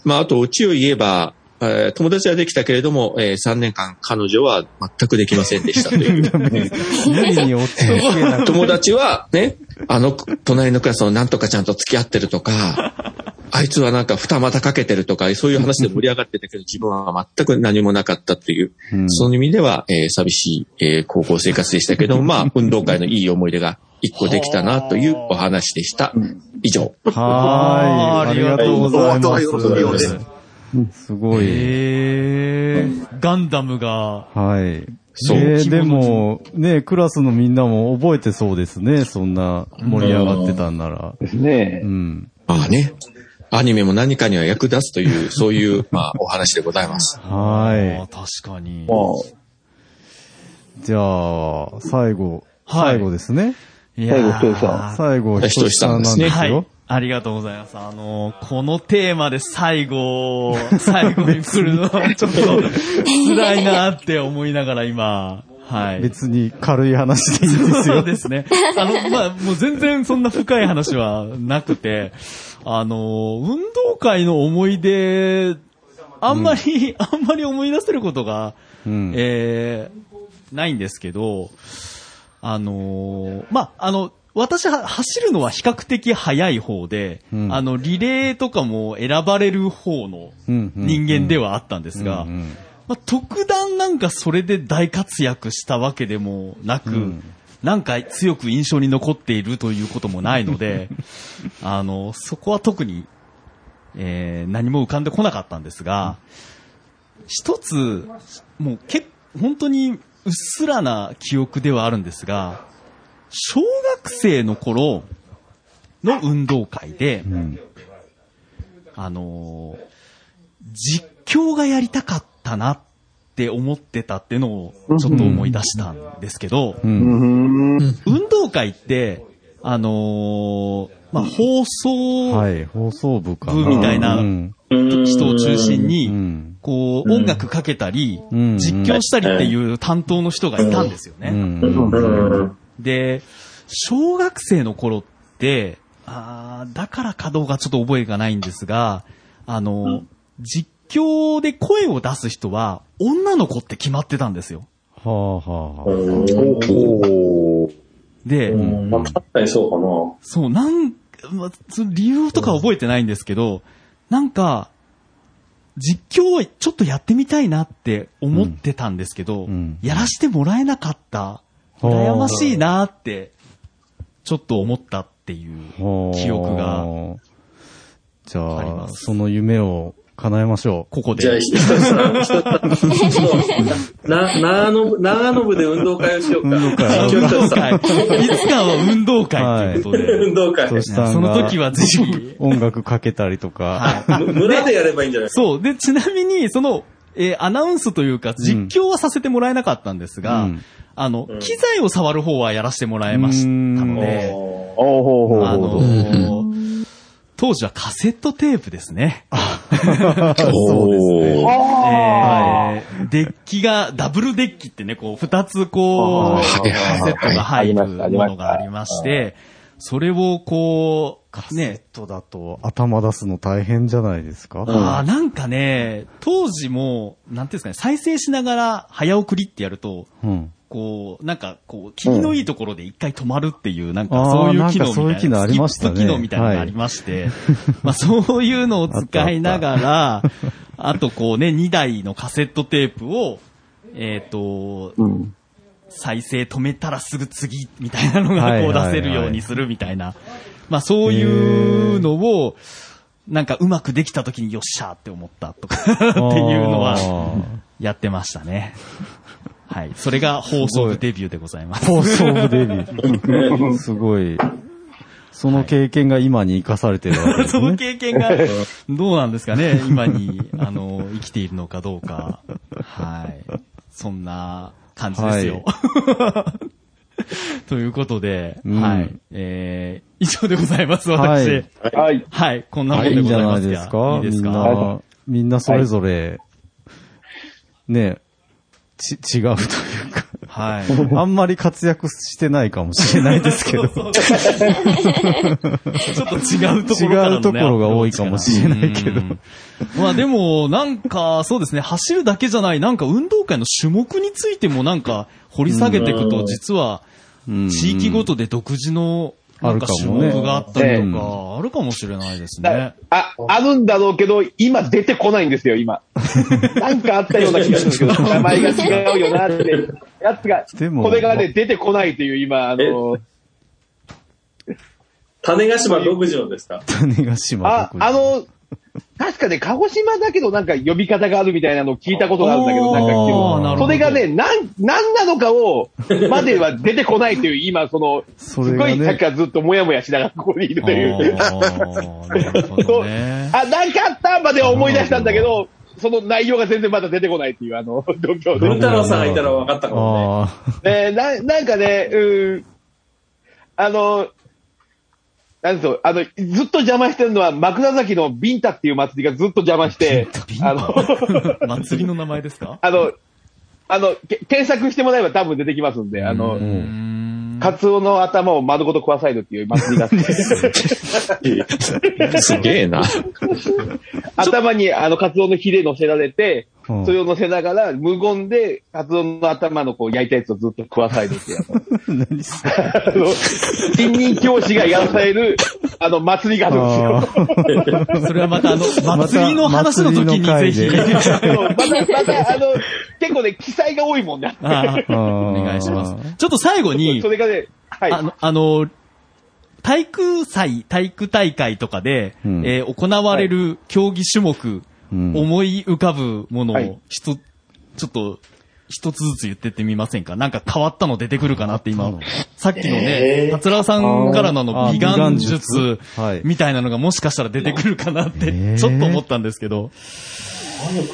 Speaker 5: まああと、うちを言えば、えー友達はできたけれども、え3年間彼女は全くできませんでしたという。
Speaker 4: 何に落ち
Speaker 5: [LAUGHS]
Speaker 4: てる
Speaker 5: 友達は、ね、あの、隣のクラスのなんとかちゃんと付き合ってるとか、 [LAUGHS] あいつはなんか二股かけてるとか、そういう話で盛り上がってたけど、自分は全く何もなかったっていう、
Speaker 4: うん
Speaker 5: その意味では、えー寂しい、えー高校生活でしたけど、まあ、運動会のいい思い出が一個できたなというお話でした。以上。
Speaker 4: はーい。ありがとうございま。
Speaker 9: お後がよろしいようです
Speaker 4: すごい。
Speaker 3: えー、ガンダムが、
Speaker 4: はい。
Speaker 5: そう
Speaker 4: えーでも、ね、クラスのみんなも覚えてそうですね。そんな盛り上がってたんなら。
Speaker 7: ですね
Speaker 4: う。ん。
Speaker 5: まあね、アニメも何かには役立つという、そういう、 [LAUGHS] まあ、お話でございます。
Speaker 3: あー
Speaker 4: は
Speaker 3: 確かに。
Speaker 7: も
Speaker 4: い。じゃあ、最後、
Speaker 3: はい
Speaker 4: 最後ですね。
Speaker 3: いやー
Speaker 7: 最後ひとりさ
Speaker 4: 最後、
Speaker 5: ひとしさんですね
Speaker 4: ひとしさんなん
Speaker 3: は
Speaker 4: で
Speaker 3: い。ありがとうございます。あの、このテーマで最
Speaker 4: [LAUGHS]
Speaker 3: 後、最後に来るのはちょっと辛いなって思いながら今、は
Speaker 4: すよ。
Speaker 3: い。
Speaker 4: 別に軽い話で
Speaker 3: [LAUGHS]
Speaker 4: いいです
Speaker 3: そう
Speaker 4: よ。
Speaker 3: ですね。あの、まあ、もう全然そんな深い話はなくて、あの、運動会の思い出、あんまり、あんまり思い出せることが、
Speaker 4: うん
Speaker 3: えーないんですけど、あのーまあ、あの、私は走るのは比較的早い方で、
Speaker 4: うん
Speaker 3: あの、リレーとかも選ばれる方の
Speaker 4: うんうん
Speaker 3: 人間ではあったんですが、
Speaker 4: うんうん
Speaker 3: まあ、特段なんかそれで大活躍したわけでもなく、なんか強く印象に残っているということもない
Speaker 4: [LAUGHS]
Speaker 3: ので、あの、そこは特に、えー何も浮かんでこなかったんですが、一つ、もう結本当にうっすらな記憶ではあるんですが、小学生の頃の運動会で、
Speaker 4: うん
Speaker 3: あのー実況がやりたかったなって思ってたっていうのをちょっと思い出したんですけど、
Speaker 4: うん。
Speaker 3: 運動会って、あのーまあ、放送
Speaker 4: はい、放送部か
Speaker 3: 部みたいな
Speaker 4: うん
Speaker 7: うん
Speaker 3: 人を中心
Speaker 4: う
Speaker 3: に、
Speaker 4: ん。
Speaker 3: こう、音楽かけたり、
Speaker 4: うん
Speaker 3: 実況したりっていう担当の人がいたんですよね。
Speaker 4: うん
Speaker 7: うん
Speaker 3: で、小学生の頃って、あーだからかどうかちょっと覚えがないんですが、あの、実況で声を出す人は、女の子って決まってたんですよ。
Speaker 4: はあはあはあ。
Speaker 7: おー
Speaker 3: で、
Speaker 7: まあ、確かにそうかな。
Speaker 3: そう、なん、まあ、その理由とか覚えてないんですけど、なんか、実況をちょっとやってみたいなって思ってたんですけど、
Speaker 4: うんうん
Speaker 3: やらしてもらえなかった、
Speaker 4: あー
Speaker 3: 羨ましいなって、ちょっと思ったっていう。記憶が。
Speaker 4: じ
Speaker 3: あり
Speaker 4: ゃあ
Speaker 3: ま、す
Speaker 4: その夢を叶えましょう。
Speaker 3: ここで。
Speaker 7: じゃあ、ひとしさん、ひとしさんそう、な、長野部、長野部で運動会をしようか。運動
Speaker 3: 運動会。いつかは運動会ということで。
Speaker 7: 運動会。
Speaker 4: そしさんが
Speaker 3: その時はぜひ。
Speaker 4: 音楽かけたりとか。
Speaker 7: む村でやればいいんじゃないですか。
Speaker 3: そう。で、ちなみに、その、えーアナウンスというか、実況はさせてもらえなかったんですが、
Speaker 4: うん
Speaker 3: あの、機材を触る方はやらせてもらえましたので、
Speaker 8: おうほうほう
Speaker 3: あ
Speaker 8: ほう。
Speaker 3: のー当時はカセットテープですね。
Speaker 5: おー
Speaker 3: えーデッキが、ダブルデッキってね、こう、二つこう、カ
Speaker 5: はいはい
Speaker 3: セットが入る
Speaker 7: あ
Speaker 3: も
Speaker 7: りましたありました
Speaker 3: のがありまして、それをこう、ね、
Speaker 4: 人だと頭出すの大変じゃないですか。
Speaker 3: ああ、なんかね、当時も、なんていうんですかね、再生しながら早送りってやると、
Speaker 4: うん。
Speaker 3: こう、なんか、こう、気のいいところで一回止まるっていう、なんか
Speaker 4: あー
Speaker 3: そういう機
Speaker 4: なんか
Speaker 3: 能
Speaker 4: そういう
Speaker 3: みた
Speaker 4: 機
Speaker 3: いな、
Speaker 4: 能ありましたね
Speaker 3: スキップ機能みたいなのがありまして、まあそういうのを使いながら、 [LAUGHS] あとこうね、2台のカセットテープを、えっ、と、再生止めたらすぐ次みたいなの
Speaker 4: は
Speaker 3: が
Speaker 4: い
Speaker 3: こう
Speaker 4: はいは
Speaker 3: 出
Speaker 4: い
Speaker 3: せるようにするみたいな、まあそういうのを、なんかうまくできた時によっしゃーって思ったとか [LAUGHS] っていうのは
Speaker 4: あー
Speaker 3: やってましたね。はい。それが放送部デビューでございます。
Speaker 4: 放送部デビュー。すごい。その経験が今に生かされてるわけです
Speaker 3: [LAUGHS] [LAUGHS] その
Speaker 4: ね。
Speaker 3: 経験がどうなんですか [LAUGHS] ね、今に、あの、生きているのかどうか。はい。そんな感じですよ。 [LAUGHS] ということで、
Speaker 4: うん
Speaker 3: はい。えー、以上でございます、
Speaker 4: はい
Speaker 3: 私。はい、
Speaker 8: はい。
Speaker 3: こんなもん
Speaker 4: い
Speaker 3: で
Speaker 4: いんじ
Speaker 3: ござ
Speaker 4: ゃ
Speaker 3: い
Speaker 4: な
Speaker 3: ま
Speaker 4: い
Speaker 3: す
Speaker 4: で
Speaker 3: が
Speaker 4: すか
Speaker 3: いいです
Speaker 4: みん
Speaker 3: か
Speaker 4: な、みんなそれぞれ、ね、ち、違うというか。
Speaker 3: はい。
Speaker 4: [LAUGHS] あんまり活躍してないかもしれないですけど、
Speaker 3: そうちょっと違うところから
Speaker 4: 違
Speaker 3: のね
Speaker 4: うところが多いかもしれないけど
Speaker 3: うんまあでも、なんか、そうですね、走るだけじゃない、なんか運動会の種目についてもなんか掘り下げていくと、実は、地域ごとで独自の
Speaker 4: あ
Speaker 3: なん
Speaker 4: る
Speaker 3: か
Speaker 4: か
Speaker 3: 種
Speaker 4: もね。
Speaker 3: 目があったりとか、あるかもしれないですね。
Speaker 8: あ、あるんだろうけど、今出てこないんです
Speaker 5: [LAUGHS]
Speaker 8: よ、今。なんかあったような気がするんですけど、名前が違うよなって、やつが、
Speaker 4: でも
Speaker 8: これがね、出てこないという、今、あの、
Speaker 7: 種ヶ島独自のですか
Speaker 4: 種ヶ島
Speaker 8: あ、あの、確かね、鹿児島だけどなんか呼び方があるみたいなのを聞いたことがあるんだけど、なんか聞く
Speaker 3: あーなるほど
Speaker 8: それがね、なん、なんなのかを、までは出てこないという、今、その、
Speaker 4: そ
Speaker 8: す
Speaker 4: れ
Speaker 8: ご
Speaker 4: が
Speaker 8: いさっ
Speaker 4: ね
Speaker 8: き、からずっともやもやしながらここにいる
Speaker 3: あ
Speaker 8: という。
Speaker 3: ーなるほどね。
Speaker 8: あ、なんかあったまでは思い出したんだけど、その内容が全然まだ出てこないっていう、あの、 [LAUGHS] 状況
Speaker 7: 文
Speaker 8: で。
Speaker 7: 太郎さんがいたら分かったかも
Speaker 4: あ
Speaker 8: ね、な、なんかね、うん、あの、なんですよ、あの、ずっと邪魔してるのは、枕崎のビンタっていう祭りがずっと邪魔して、あの、
Speaker 3: 祭りの名前ですか
Speaker 8: あの、あの、け検索してもらえば多分出てきますんで、あの、
Speaker 3: うーん。
Speaker 8: カツオの頭を丸ごと壊されるっていう祭りがあって、
Speaker 5: すげえ
Speaker 8: [LAUGHS]
Speaker 5: な。
Speaker 8: 頭にあのカツオのヒレ乗せられて、
Speaker 4: あ。うん
Speaker 8: それを乗せながら、無言で、カツオの頭のこう焼いたやつをずっと食わされるってやつ。 [LAUGHS] あの、新任教師がやらされる、あの、祭りがあるんですよ。
Speaker 4: [LAUGHS]
Speaker 3: それはまたあの、祭りの話の時にぜ
Speaker 4: 祭
Speaker 3: ひ
Speaker 4: りの、
Speaker 8: そうまた、また、あの、結構ね、記載が多いもんね。
Speaker 3: [LAUGHS] あーお願いします。ちょっと最後に
Speaker 8: そ、れがね、はい。
Speaker 3: あの、あの、体育祭、体育大会とかで、
Speaker 4: うん
Speaker 3: えー行われる競技種目、
Speaker 4: うん
Speaker 3: 思い浮かぶもの
Speaker 8: は
Speaker 3: を
Speaker 8: い、
Speaker 3: ひと、ちょっと、一つずつ言ってってみませんかなんか変わったの出てくるかなって今、さっきのね、桂さんからのあの
Speaker 4: あー
Speaker 3: 美顔
Speaker 4: 美
Speaker 3: 術
Speaker 4: 顔術はい
Speaker 3: みたいなのがもしかしたら出てくるかなっ
Speaker 4: え
Speaker 3: て、
Speaker 4: ー
Speaker 3: ちょっと思ったんですけど。
Speaker 4: 変わ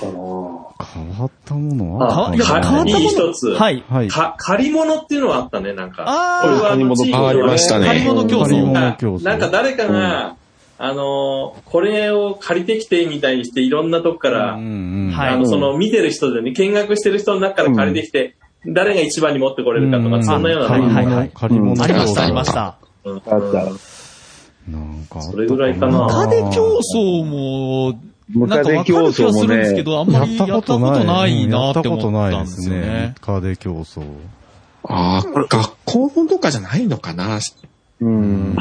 Speaker 4: ったものはあ
Speaker 7: しれない。
Speaker 4: った
Speaker 3: 変わ
Speaker 4: の
Speaker 3: ったもの
Speaker 7: いい一つ。
Speaker 3: はい。
Speaker 4: はい。
Speaker 7: か、借り物っていうのはあったね、なんか。
Speaker 3: あー
Speaker 7: これはあの、地域
Speaker 5: あり
Speaker 7: の
Speaker 5: ましたね
Speaker 3: 借り物競
Speaker 4: 借り
Speaker 3: 争
Speaker 4: 物。
Speaker 7: な
Speaker 4: 競争
Speaker 7: なんか誰かが、あの、これを借りてきてみたいにして、いろんなとこから、
Speaker 4: うんうん
Speaker 3: はい
Speaker 7: あの、その見てる人でね、見学してる人の中から借りてきて、誰が一番に持ってこれるかと
Speaker 4: う
Speaker 7: か、
Speaker 4: ん
Speaker 7: そんなようなね
Speaker 3: はいはいはい
Speaker 4: 借り物
Speaker 3: あ
Speaker 4: 借
Speaker 3: り
Speaker 4: り
Speaker 3: ま
Speaker 4: 物競
Speaker 3: した、あり
Speaker 4: 争。
Speaker 3: ました。
Speaker 7: うん
Speaker 8: あった
Speaker 4: なんかあったな
Speaker 7: それぐらいかな
Speaker 3: ムカデ競争も、
Speaker 8: ム
Speaker 3: なん
Speaker 8: カ
Speaker 3: か
Speaker 8: デ
Speaker 3: わか
Speaker 8: 競
Speaker 3: る気
Speaker 8: 争
Speaker 3: がす
Speaker 8: も
Speaker 3: るんですけ
Speaker 8: ね、
Speaker 3: ど、あんまりやったことないなって思ったん
Speaker 4: やったことないで
Speaker 3: ですすよ
Speaker 4: ね
Speaker 3: ね。。
Speaker 4: カーデ競争。
Speaker 5: ああ、これ学校本とかじゃないのかな。
Speaker 8: うん。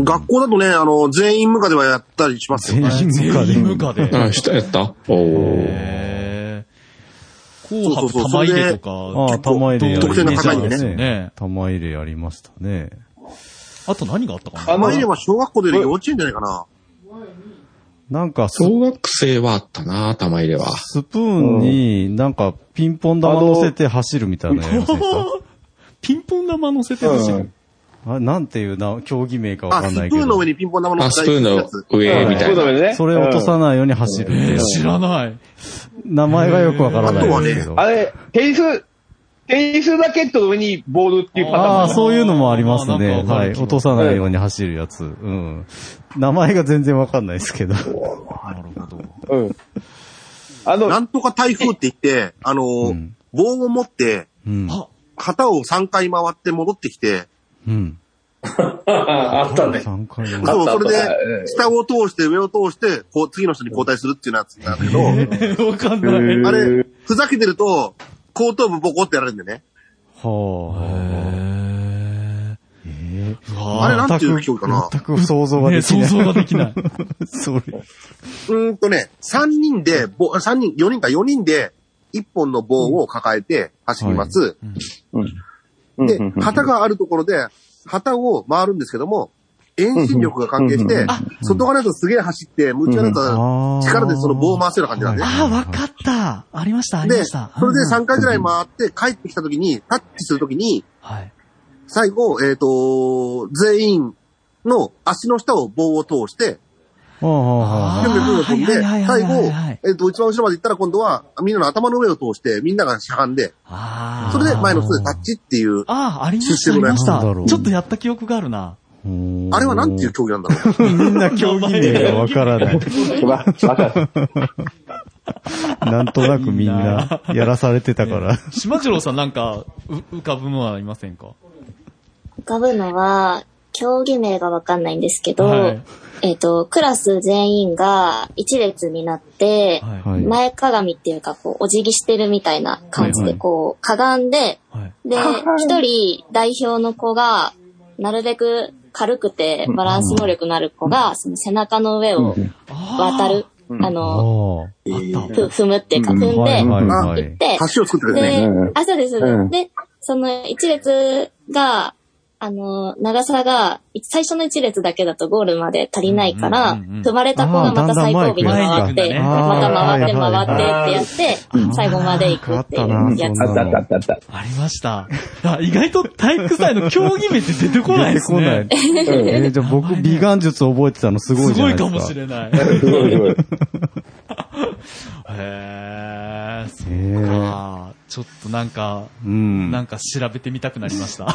Speaker 9: 学校だとね、あの、全員無課ではやったりしますよ。
Speaker 4: 全員無
Speaker 3: 全
Speaker 4: 課
Speaker 3: 員
Speaker 4: で。
Speaker 3: 無課で。
Speaker 5: あ、人やったおー。
Speaker 3: へー
Speaker 9: う
Speaker 3: 紅
Speaker 9: そうそう
Speaker 3: 白玉入れとか、
Speaker 4: ああ、玉入れやりま
Speaker 9: 得点
Speaker 4: し
Speaker 9: が
Speaker 4: た
Speaker 9: 高いんで
Speaker 3: ね
Speaker 4: ね。玉入れやりましたね。
Speaker 3: あと何があったか
Speaker 8: あ
Speaker 3: な
Speaker 9: ま
Speaker 8: の
Speaker 3: [LAUGHS]
Speaker 9: あ、いれば小学校で幼稚園じゃないかな。
Speaker 4: なんかス、
Speaker 5: 小学生はあったな、玉入れは。
Speaker 4: スプーンになんかピンポン玉乗せて走るみたいなやりませんでし
Speaker 3: ピンポン玉乗せてほしい。
Speaker 8: うん
Speaker 4: たあなんていうな、競技名かわ
Speaker 9: あ、
Speaker 4: かん
Speaker 9: ス
Speaker 4: ない
Speaker 9: プ
Speaker 4: け
Speaker 9: ーンの
Speaker 4: ど
Speaker 9: 上。にピンポン玉の
Speaker 5: あ、スプーン
Speaker 9: や
Speaker 5: の
Speaker 9: つ
Speaker 5: 上みたいな。
Speaker 8: な
Speaker 4: それ落とさ
Speaker 8: い。
Speaker 4: ないように走るって
Speaker 3: え
Speaker 4: い
Speaker 3: ー
Speaker 4: う。
Speaker 3: 知らない。 [LAUGHS]
Speaker 4: 名前がよくわからないですけ
Speaker 9: あと
Speaker 4: ど。
Speaker 8: あれ、テニス、テニスラケットの上にボールっていうパターン
Speaker 4: ああ、そういうのもあります
Speaker 3: あーな
Speaker 4: ね。
Speaker 3: んかわ
Speaker 4: は
Speaker 3: か
Speaker 4: い。
Speaker 3: る気も
Speaker 4: 落とさないように走るやつ。うん。名前が全然わかんないですけど。
Speaker 3: なるほど。
Speaker 8: うん。あの、
Speaker 9: なんとか台風って言って、あの、
Speaker 4: ん
Speaker 9: 棒を持って、
Speaker 4: うん。
Speaker 3: あ、
Speaker 9: 旗を3回回って戻ってきて、
Speaker 4: うん。
Speaker 7: あったね。
Speaker 4: 3回目。
Speaker 9: そう、それ
Speaker 7: あった
Speaker 9: で、
Speaker 7: あ
Speaker 9: 下を通して上を通して、こう、次の人に交代するっていうやつなんだけど、
Speaker 3: わかんない。
Speaker 9: あれ、ふざけてると、後頭部ボコってやられるんでね。
Speaker 4: は
Speaker 3: う
Speaker 4: あ。
Speaker 3: わ
Speaker 9: あれなんていう競技かな
Speaker 4: 全く想像が
Speaker 3: ね
Speaker 4: でき
Speaker 3: 想
Speaker 4: ない。
Speaker 3: 像ができない。
Speaker 4: それ。
Speaker 9: うーんとね、3人で、ぼ三人、4人か4人で、1本の棒を抱えて走ります。で、旗があるところで、旗を回るんですけども、遠心力が関係して、外側のやつはすげえ走って、向ち側のやつは力でその棒を回すような感じなんで。
Speaker 3: [LAUGHS] あ、わかった。ありました、あり
Speaker 9: で、
Speaker 3: ま
Speaker 9: そ
Speaker 3: した。
Speaker 9: れで
Speaker 3: うん
Speaker 9: 3回ぐらい回って帰ってきたときに、タッチするときに、
Speaker 3: はい。
Speaker 9: 最後、えっ、と、全員の足の下を棒を通して、
Speaker 4: はあはあはあ
Speaker 9: ぐるぐる飛んで、
Speaker 3: はいはいは
Speaker 9: 最
Speaker 3: いはい
Speaker 9: 後
Speaker 3: はい、
Speaker 9: えっと、一番後ろまで行ったら今度は、みんなの頭の上を通して、みんながしゃがんで、
Speaker 3: ああ。
Speaker 9: それで前の人でタッチっていう、
Speaker 3: ああ、ありました、ありまし
Speaker 4: なんだろ
Speaker 3: た。
Speaker 4: う
Speaker 3: ちょっとやった記憶があるな。
Speaker 4: ほう
Speaker 9: あれはなんていう競技なんだ
Speaker 3: [LAUGHS]
Speaker 9: ろう。
Speaker 4: みんな競技名がわからない。
Speaker 8: わわかる
Speaker 4: なんとなくみんなやらされてたから。
Speaker 3: 島次郎さんなんか、う浮かぶのはありませんか
Speaker 6: [LAUGHS] 浮かぶのは、競技名がわかんないんですけど、
Speaker 3: はい
Speaker 6: えっ、と、クラス全員が一列になって、
Speaker 3: はい。
Speaker 4: はい
Speaker 6: 前かがみっていうか、こう、お辞儀してるみたいな感じ
Speaker 4: はい
Speaker 6: で、
Speaker 4: はい
Speaker 6: こう、かがんで、
Speaker 3: はい。
Speaker 6: で、一人代表の子が、なるべく軽くてバランス能力のある子が、その背中の上を渡る、あの、
Speaker 4: あ
Speaker 6: ふ踏むっていうか、踏んで、
Speaker 4: はいはいはい
Speaker 6: 行って、
Speaker 9: 橋を作ってくれてね。
Speaker 6: で
Speaker 7: うん、
Speaker 6: あ、そうです、そうです
Speaker 7: うん
Speaker 6: で、その一列が、あの、長さが、い最初の一列だけだとゴールまで足りないから、
Speaker 3: うんうんうんうん
Speaker 6: 踏まれた子がまた最後尾に
Speaker 3: あ
Speaker 6: 回っ
Speaker 3: ーだんだん前行くんだね
Speaker 6: て、また回って回
Speaker 4: あー
Speaker 6: ってってやって、最後まで行くっていうやつ。
Speaker 7: あったあったあったあった。
Speaker 3: ありました。あ意外と体育祭の競技名って出てこな
Speaker 4: 出
Speaker 3: いで
Speaker 4: て
Speaker 3: す
Speaker 4: こな
Speaker 3: ね
Speaker 4: い。。えーじゃあ僕、美顔術覚えてたのすごい
Speaker 3: す
Speaker 4: じゃない
Speaker 3: ごい
Speaker 4: です
Speaker 3: か
Speaker 4: か。
Speaker 3: もしれない。
Speaker 7: すごいすごい。
Speaker 3: へー、そ
Speaker 4: へ
Speaker 3: う
Speaker 4: ー
Speaker 3: か。ちょっとなんか、
Speaker 4: うん。
Speaker 3: なんか調べてみたくなりました。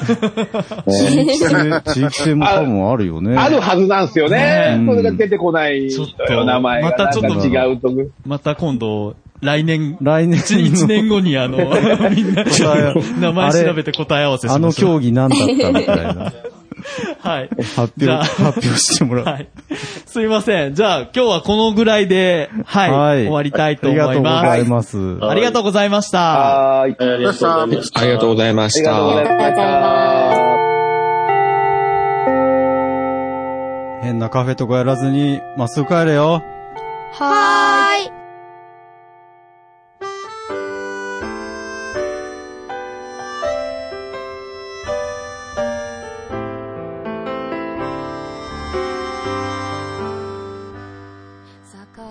Speaker 4: 地域性、地域性も多分あるよね。
Speaker 8: あるはずなんですよね。
Speaker 4: ね
Speaker 8: これが出てこない
Speaker 3: ちょ
Speaker 8: の
Speaker 3: っ
Speaker 8: よ。
Speaker 3: と
Speaker 8: 名前が。
Speaker 3: またちょっ
Speaker 8: な
Speaker 3: と
Speaker 8: んか違うとこ。
Speaker 3: また今度、来年、
Speaker 4: 来年
Speaker 3: 1、一年後にあ
Speaker 4: [LAUGHS]
Speaker 3: の、みんな、
Speaker 4: え
Speaker 3: 名前調べて答え合わせし
Speaker 4: あ
Speaker 3: ま
Speaker 4: の
Speaker 3: しょ
Speaker 4: 競
Speaker 3: う。
Speaker 4: 技なんだった
Speaker 3: [LAUGHS]
Speaker 4: みたいな。
Speaker 3: はい。
Speaker 4: 発
Speaker 3: じゃあ
Speaker 4: 表、発表してもらう。
Speaker 3: はい。すいません。じゃあ、今日はこのぐらいで、はい、
Speaker 4: はい
Speaker 3: 終わりたいと思
Speaker 4: あり
Speaker 3: い
Speaker 4: がとうご
Speaker 3: ま
Speaker 4: ざ
Speaker 3: す
Speaker 4: い。ます。
Speaker 3: ありがとうございました。
Speaker 8: はーい。あ
Speaker 7: ありがとうございました。
Speaker 5: ありがとうございまし
Speaker 8: りがとうご
Speaker 5: た
Speaker 8: ざ。いま
Speaker 6: ありがとうございま
Speaker 8: した。
Speaker 4: 変なカフェとかやらずに、まっすぐ帰れよ。
Speaker 11: はーい。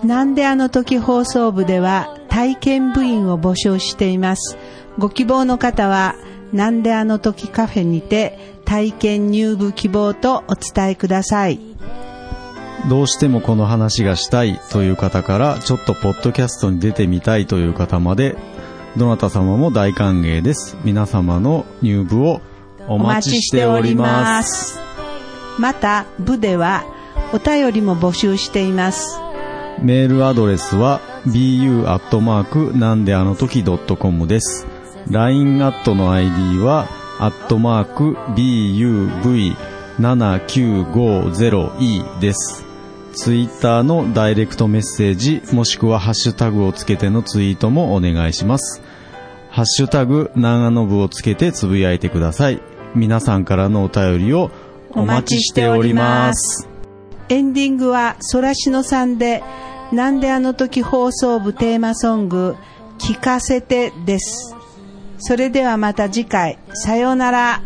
Speaker 11: なんであの時放送部では体験部員を募集しています。ご希望の方は、なんであの時カフェにて体験入部希望とお伝えください。
Speaker 4: どうしてもこの話がしたいという方から、ちょっとポッドキャストに出てみたいという方まで、どなた様も大歓迎です。皆様の入部をお
Speaker 11: お
Speaker 4: 待
Speaker 11: 待
Speaker 4: ち
Speaker 11: ち
Speaker 4: し
Speaker 11: してて
Speaker 4: お
Speaker 11: お
Speaker 4: り
Speaker 11: り
Speaker 4: ま。
Speaker 11: ますす。また、部ではお便りも募集しています。
Speaker 4: メールアドレスは bu アットマークなんであの時 .com です。LINE アットの ID はアットマーク buv7950e です。ツイッターのダイレクトメッセージもしくはハッシュタグをつけてのツイートもお願いします。ハッシュタグ長野部をつけてつぶやいてください。皆さんからのお便りをお待ちしております。
Speaker 11: エンディングは、そらしのさんで、なんであの時放送部テーマソング、聞かせてです。それではまた次回、さようなら。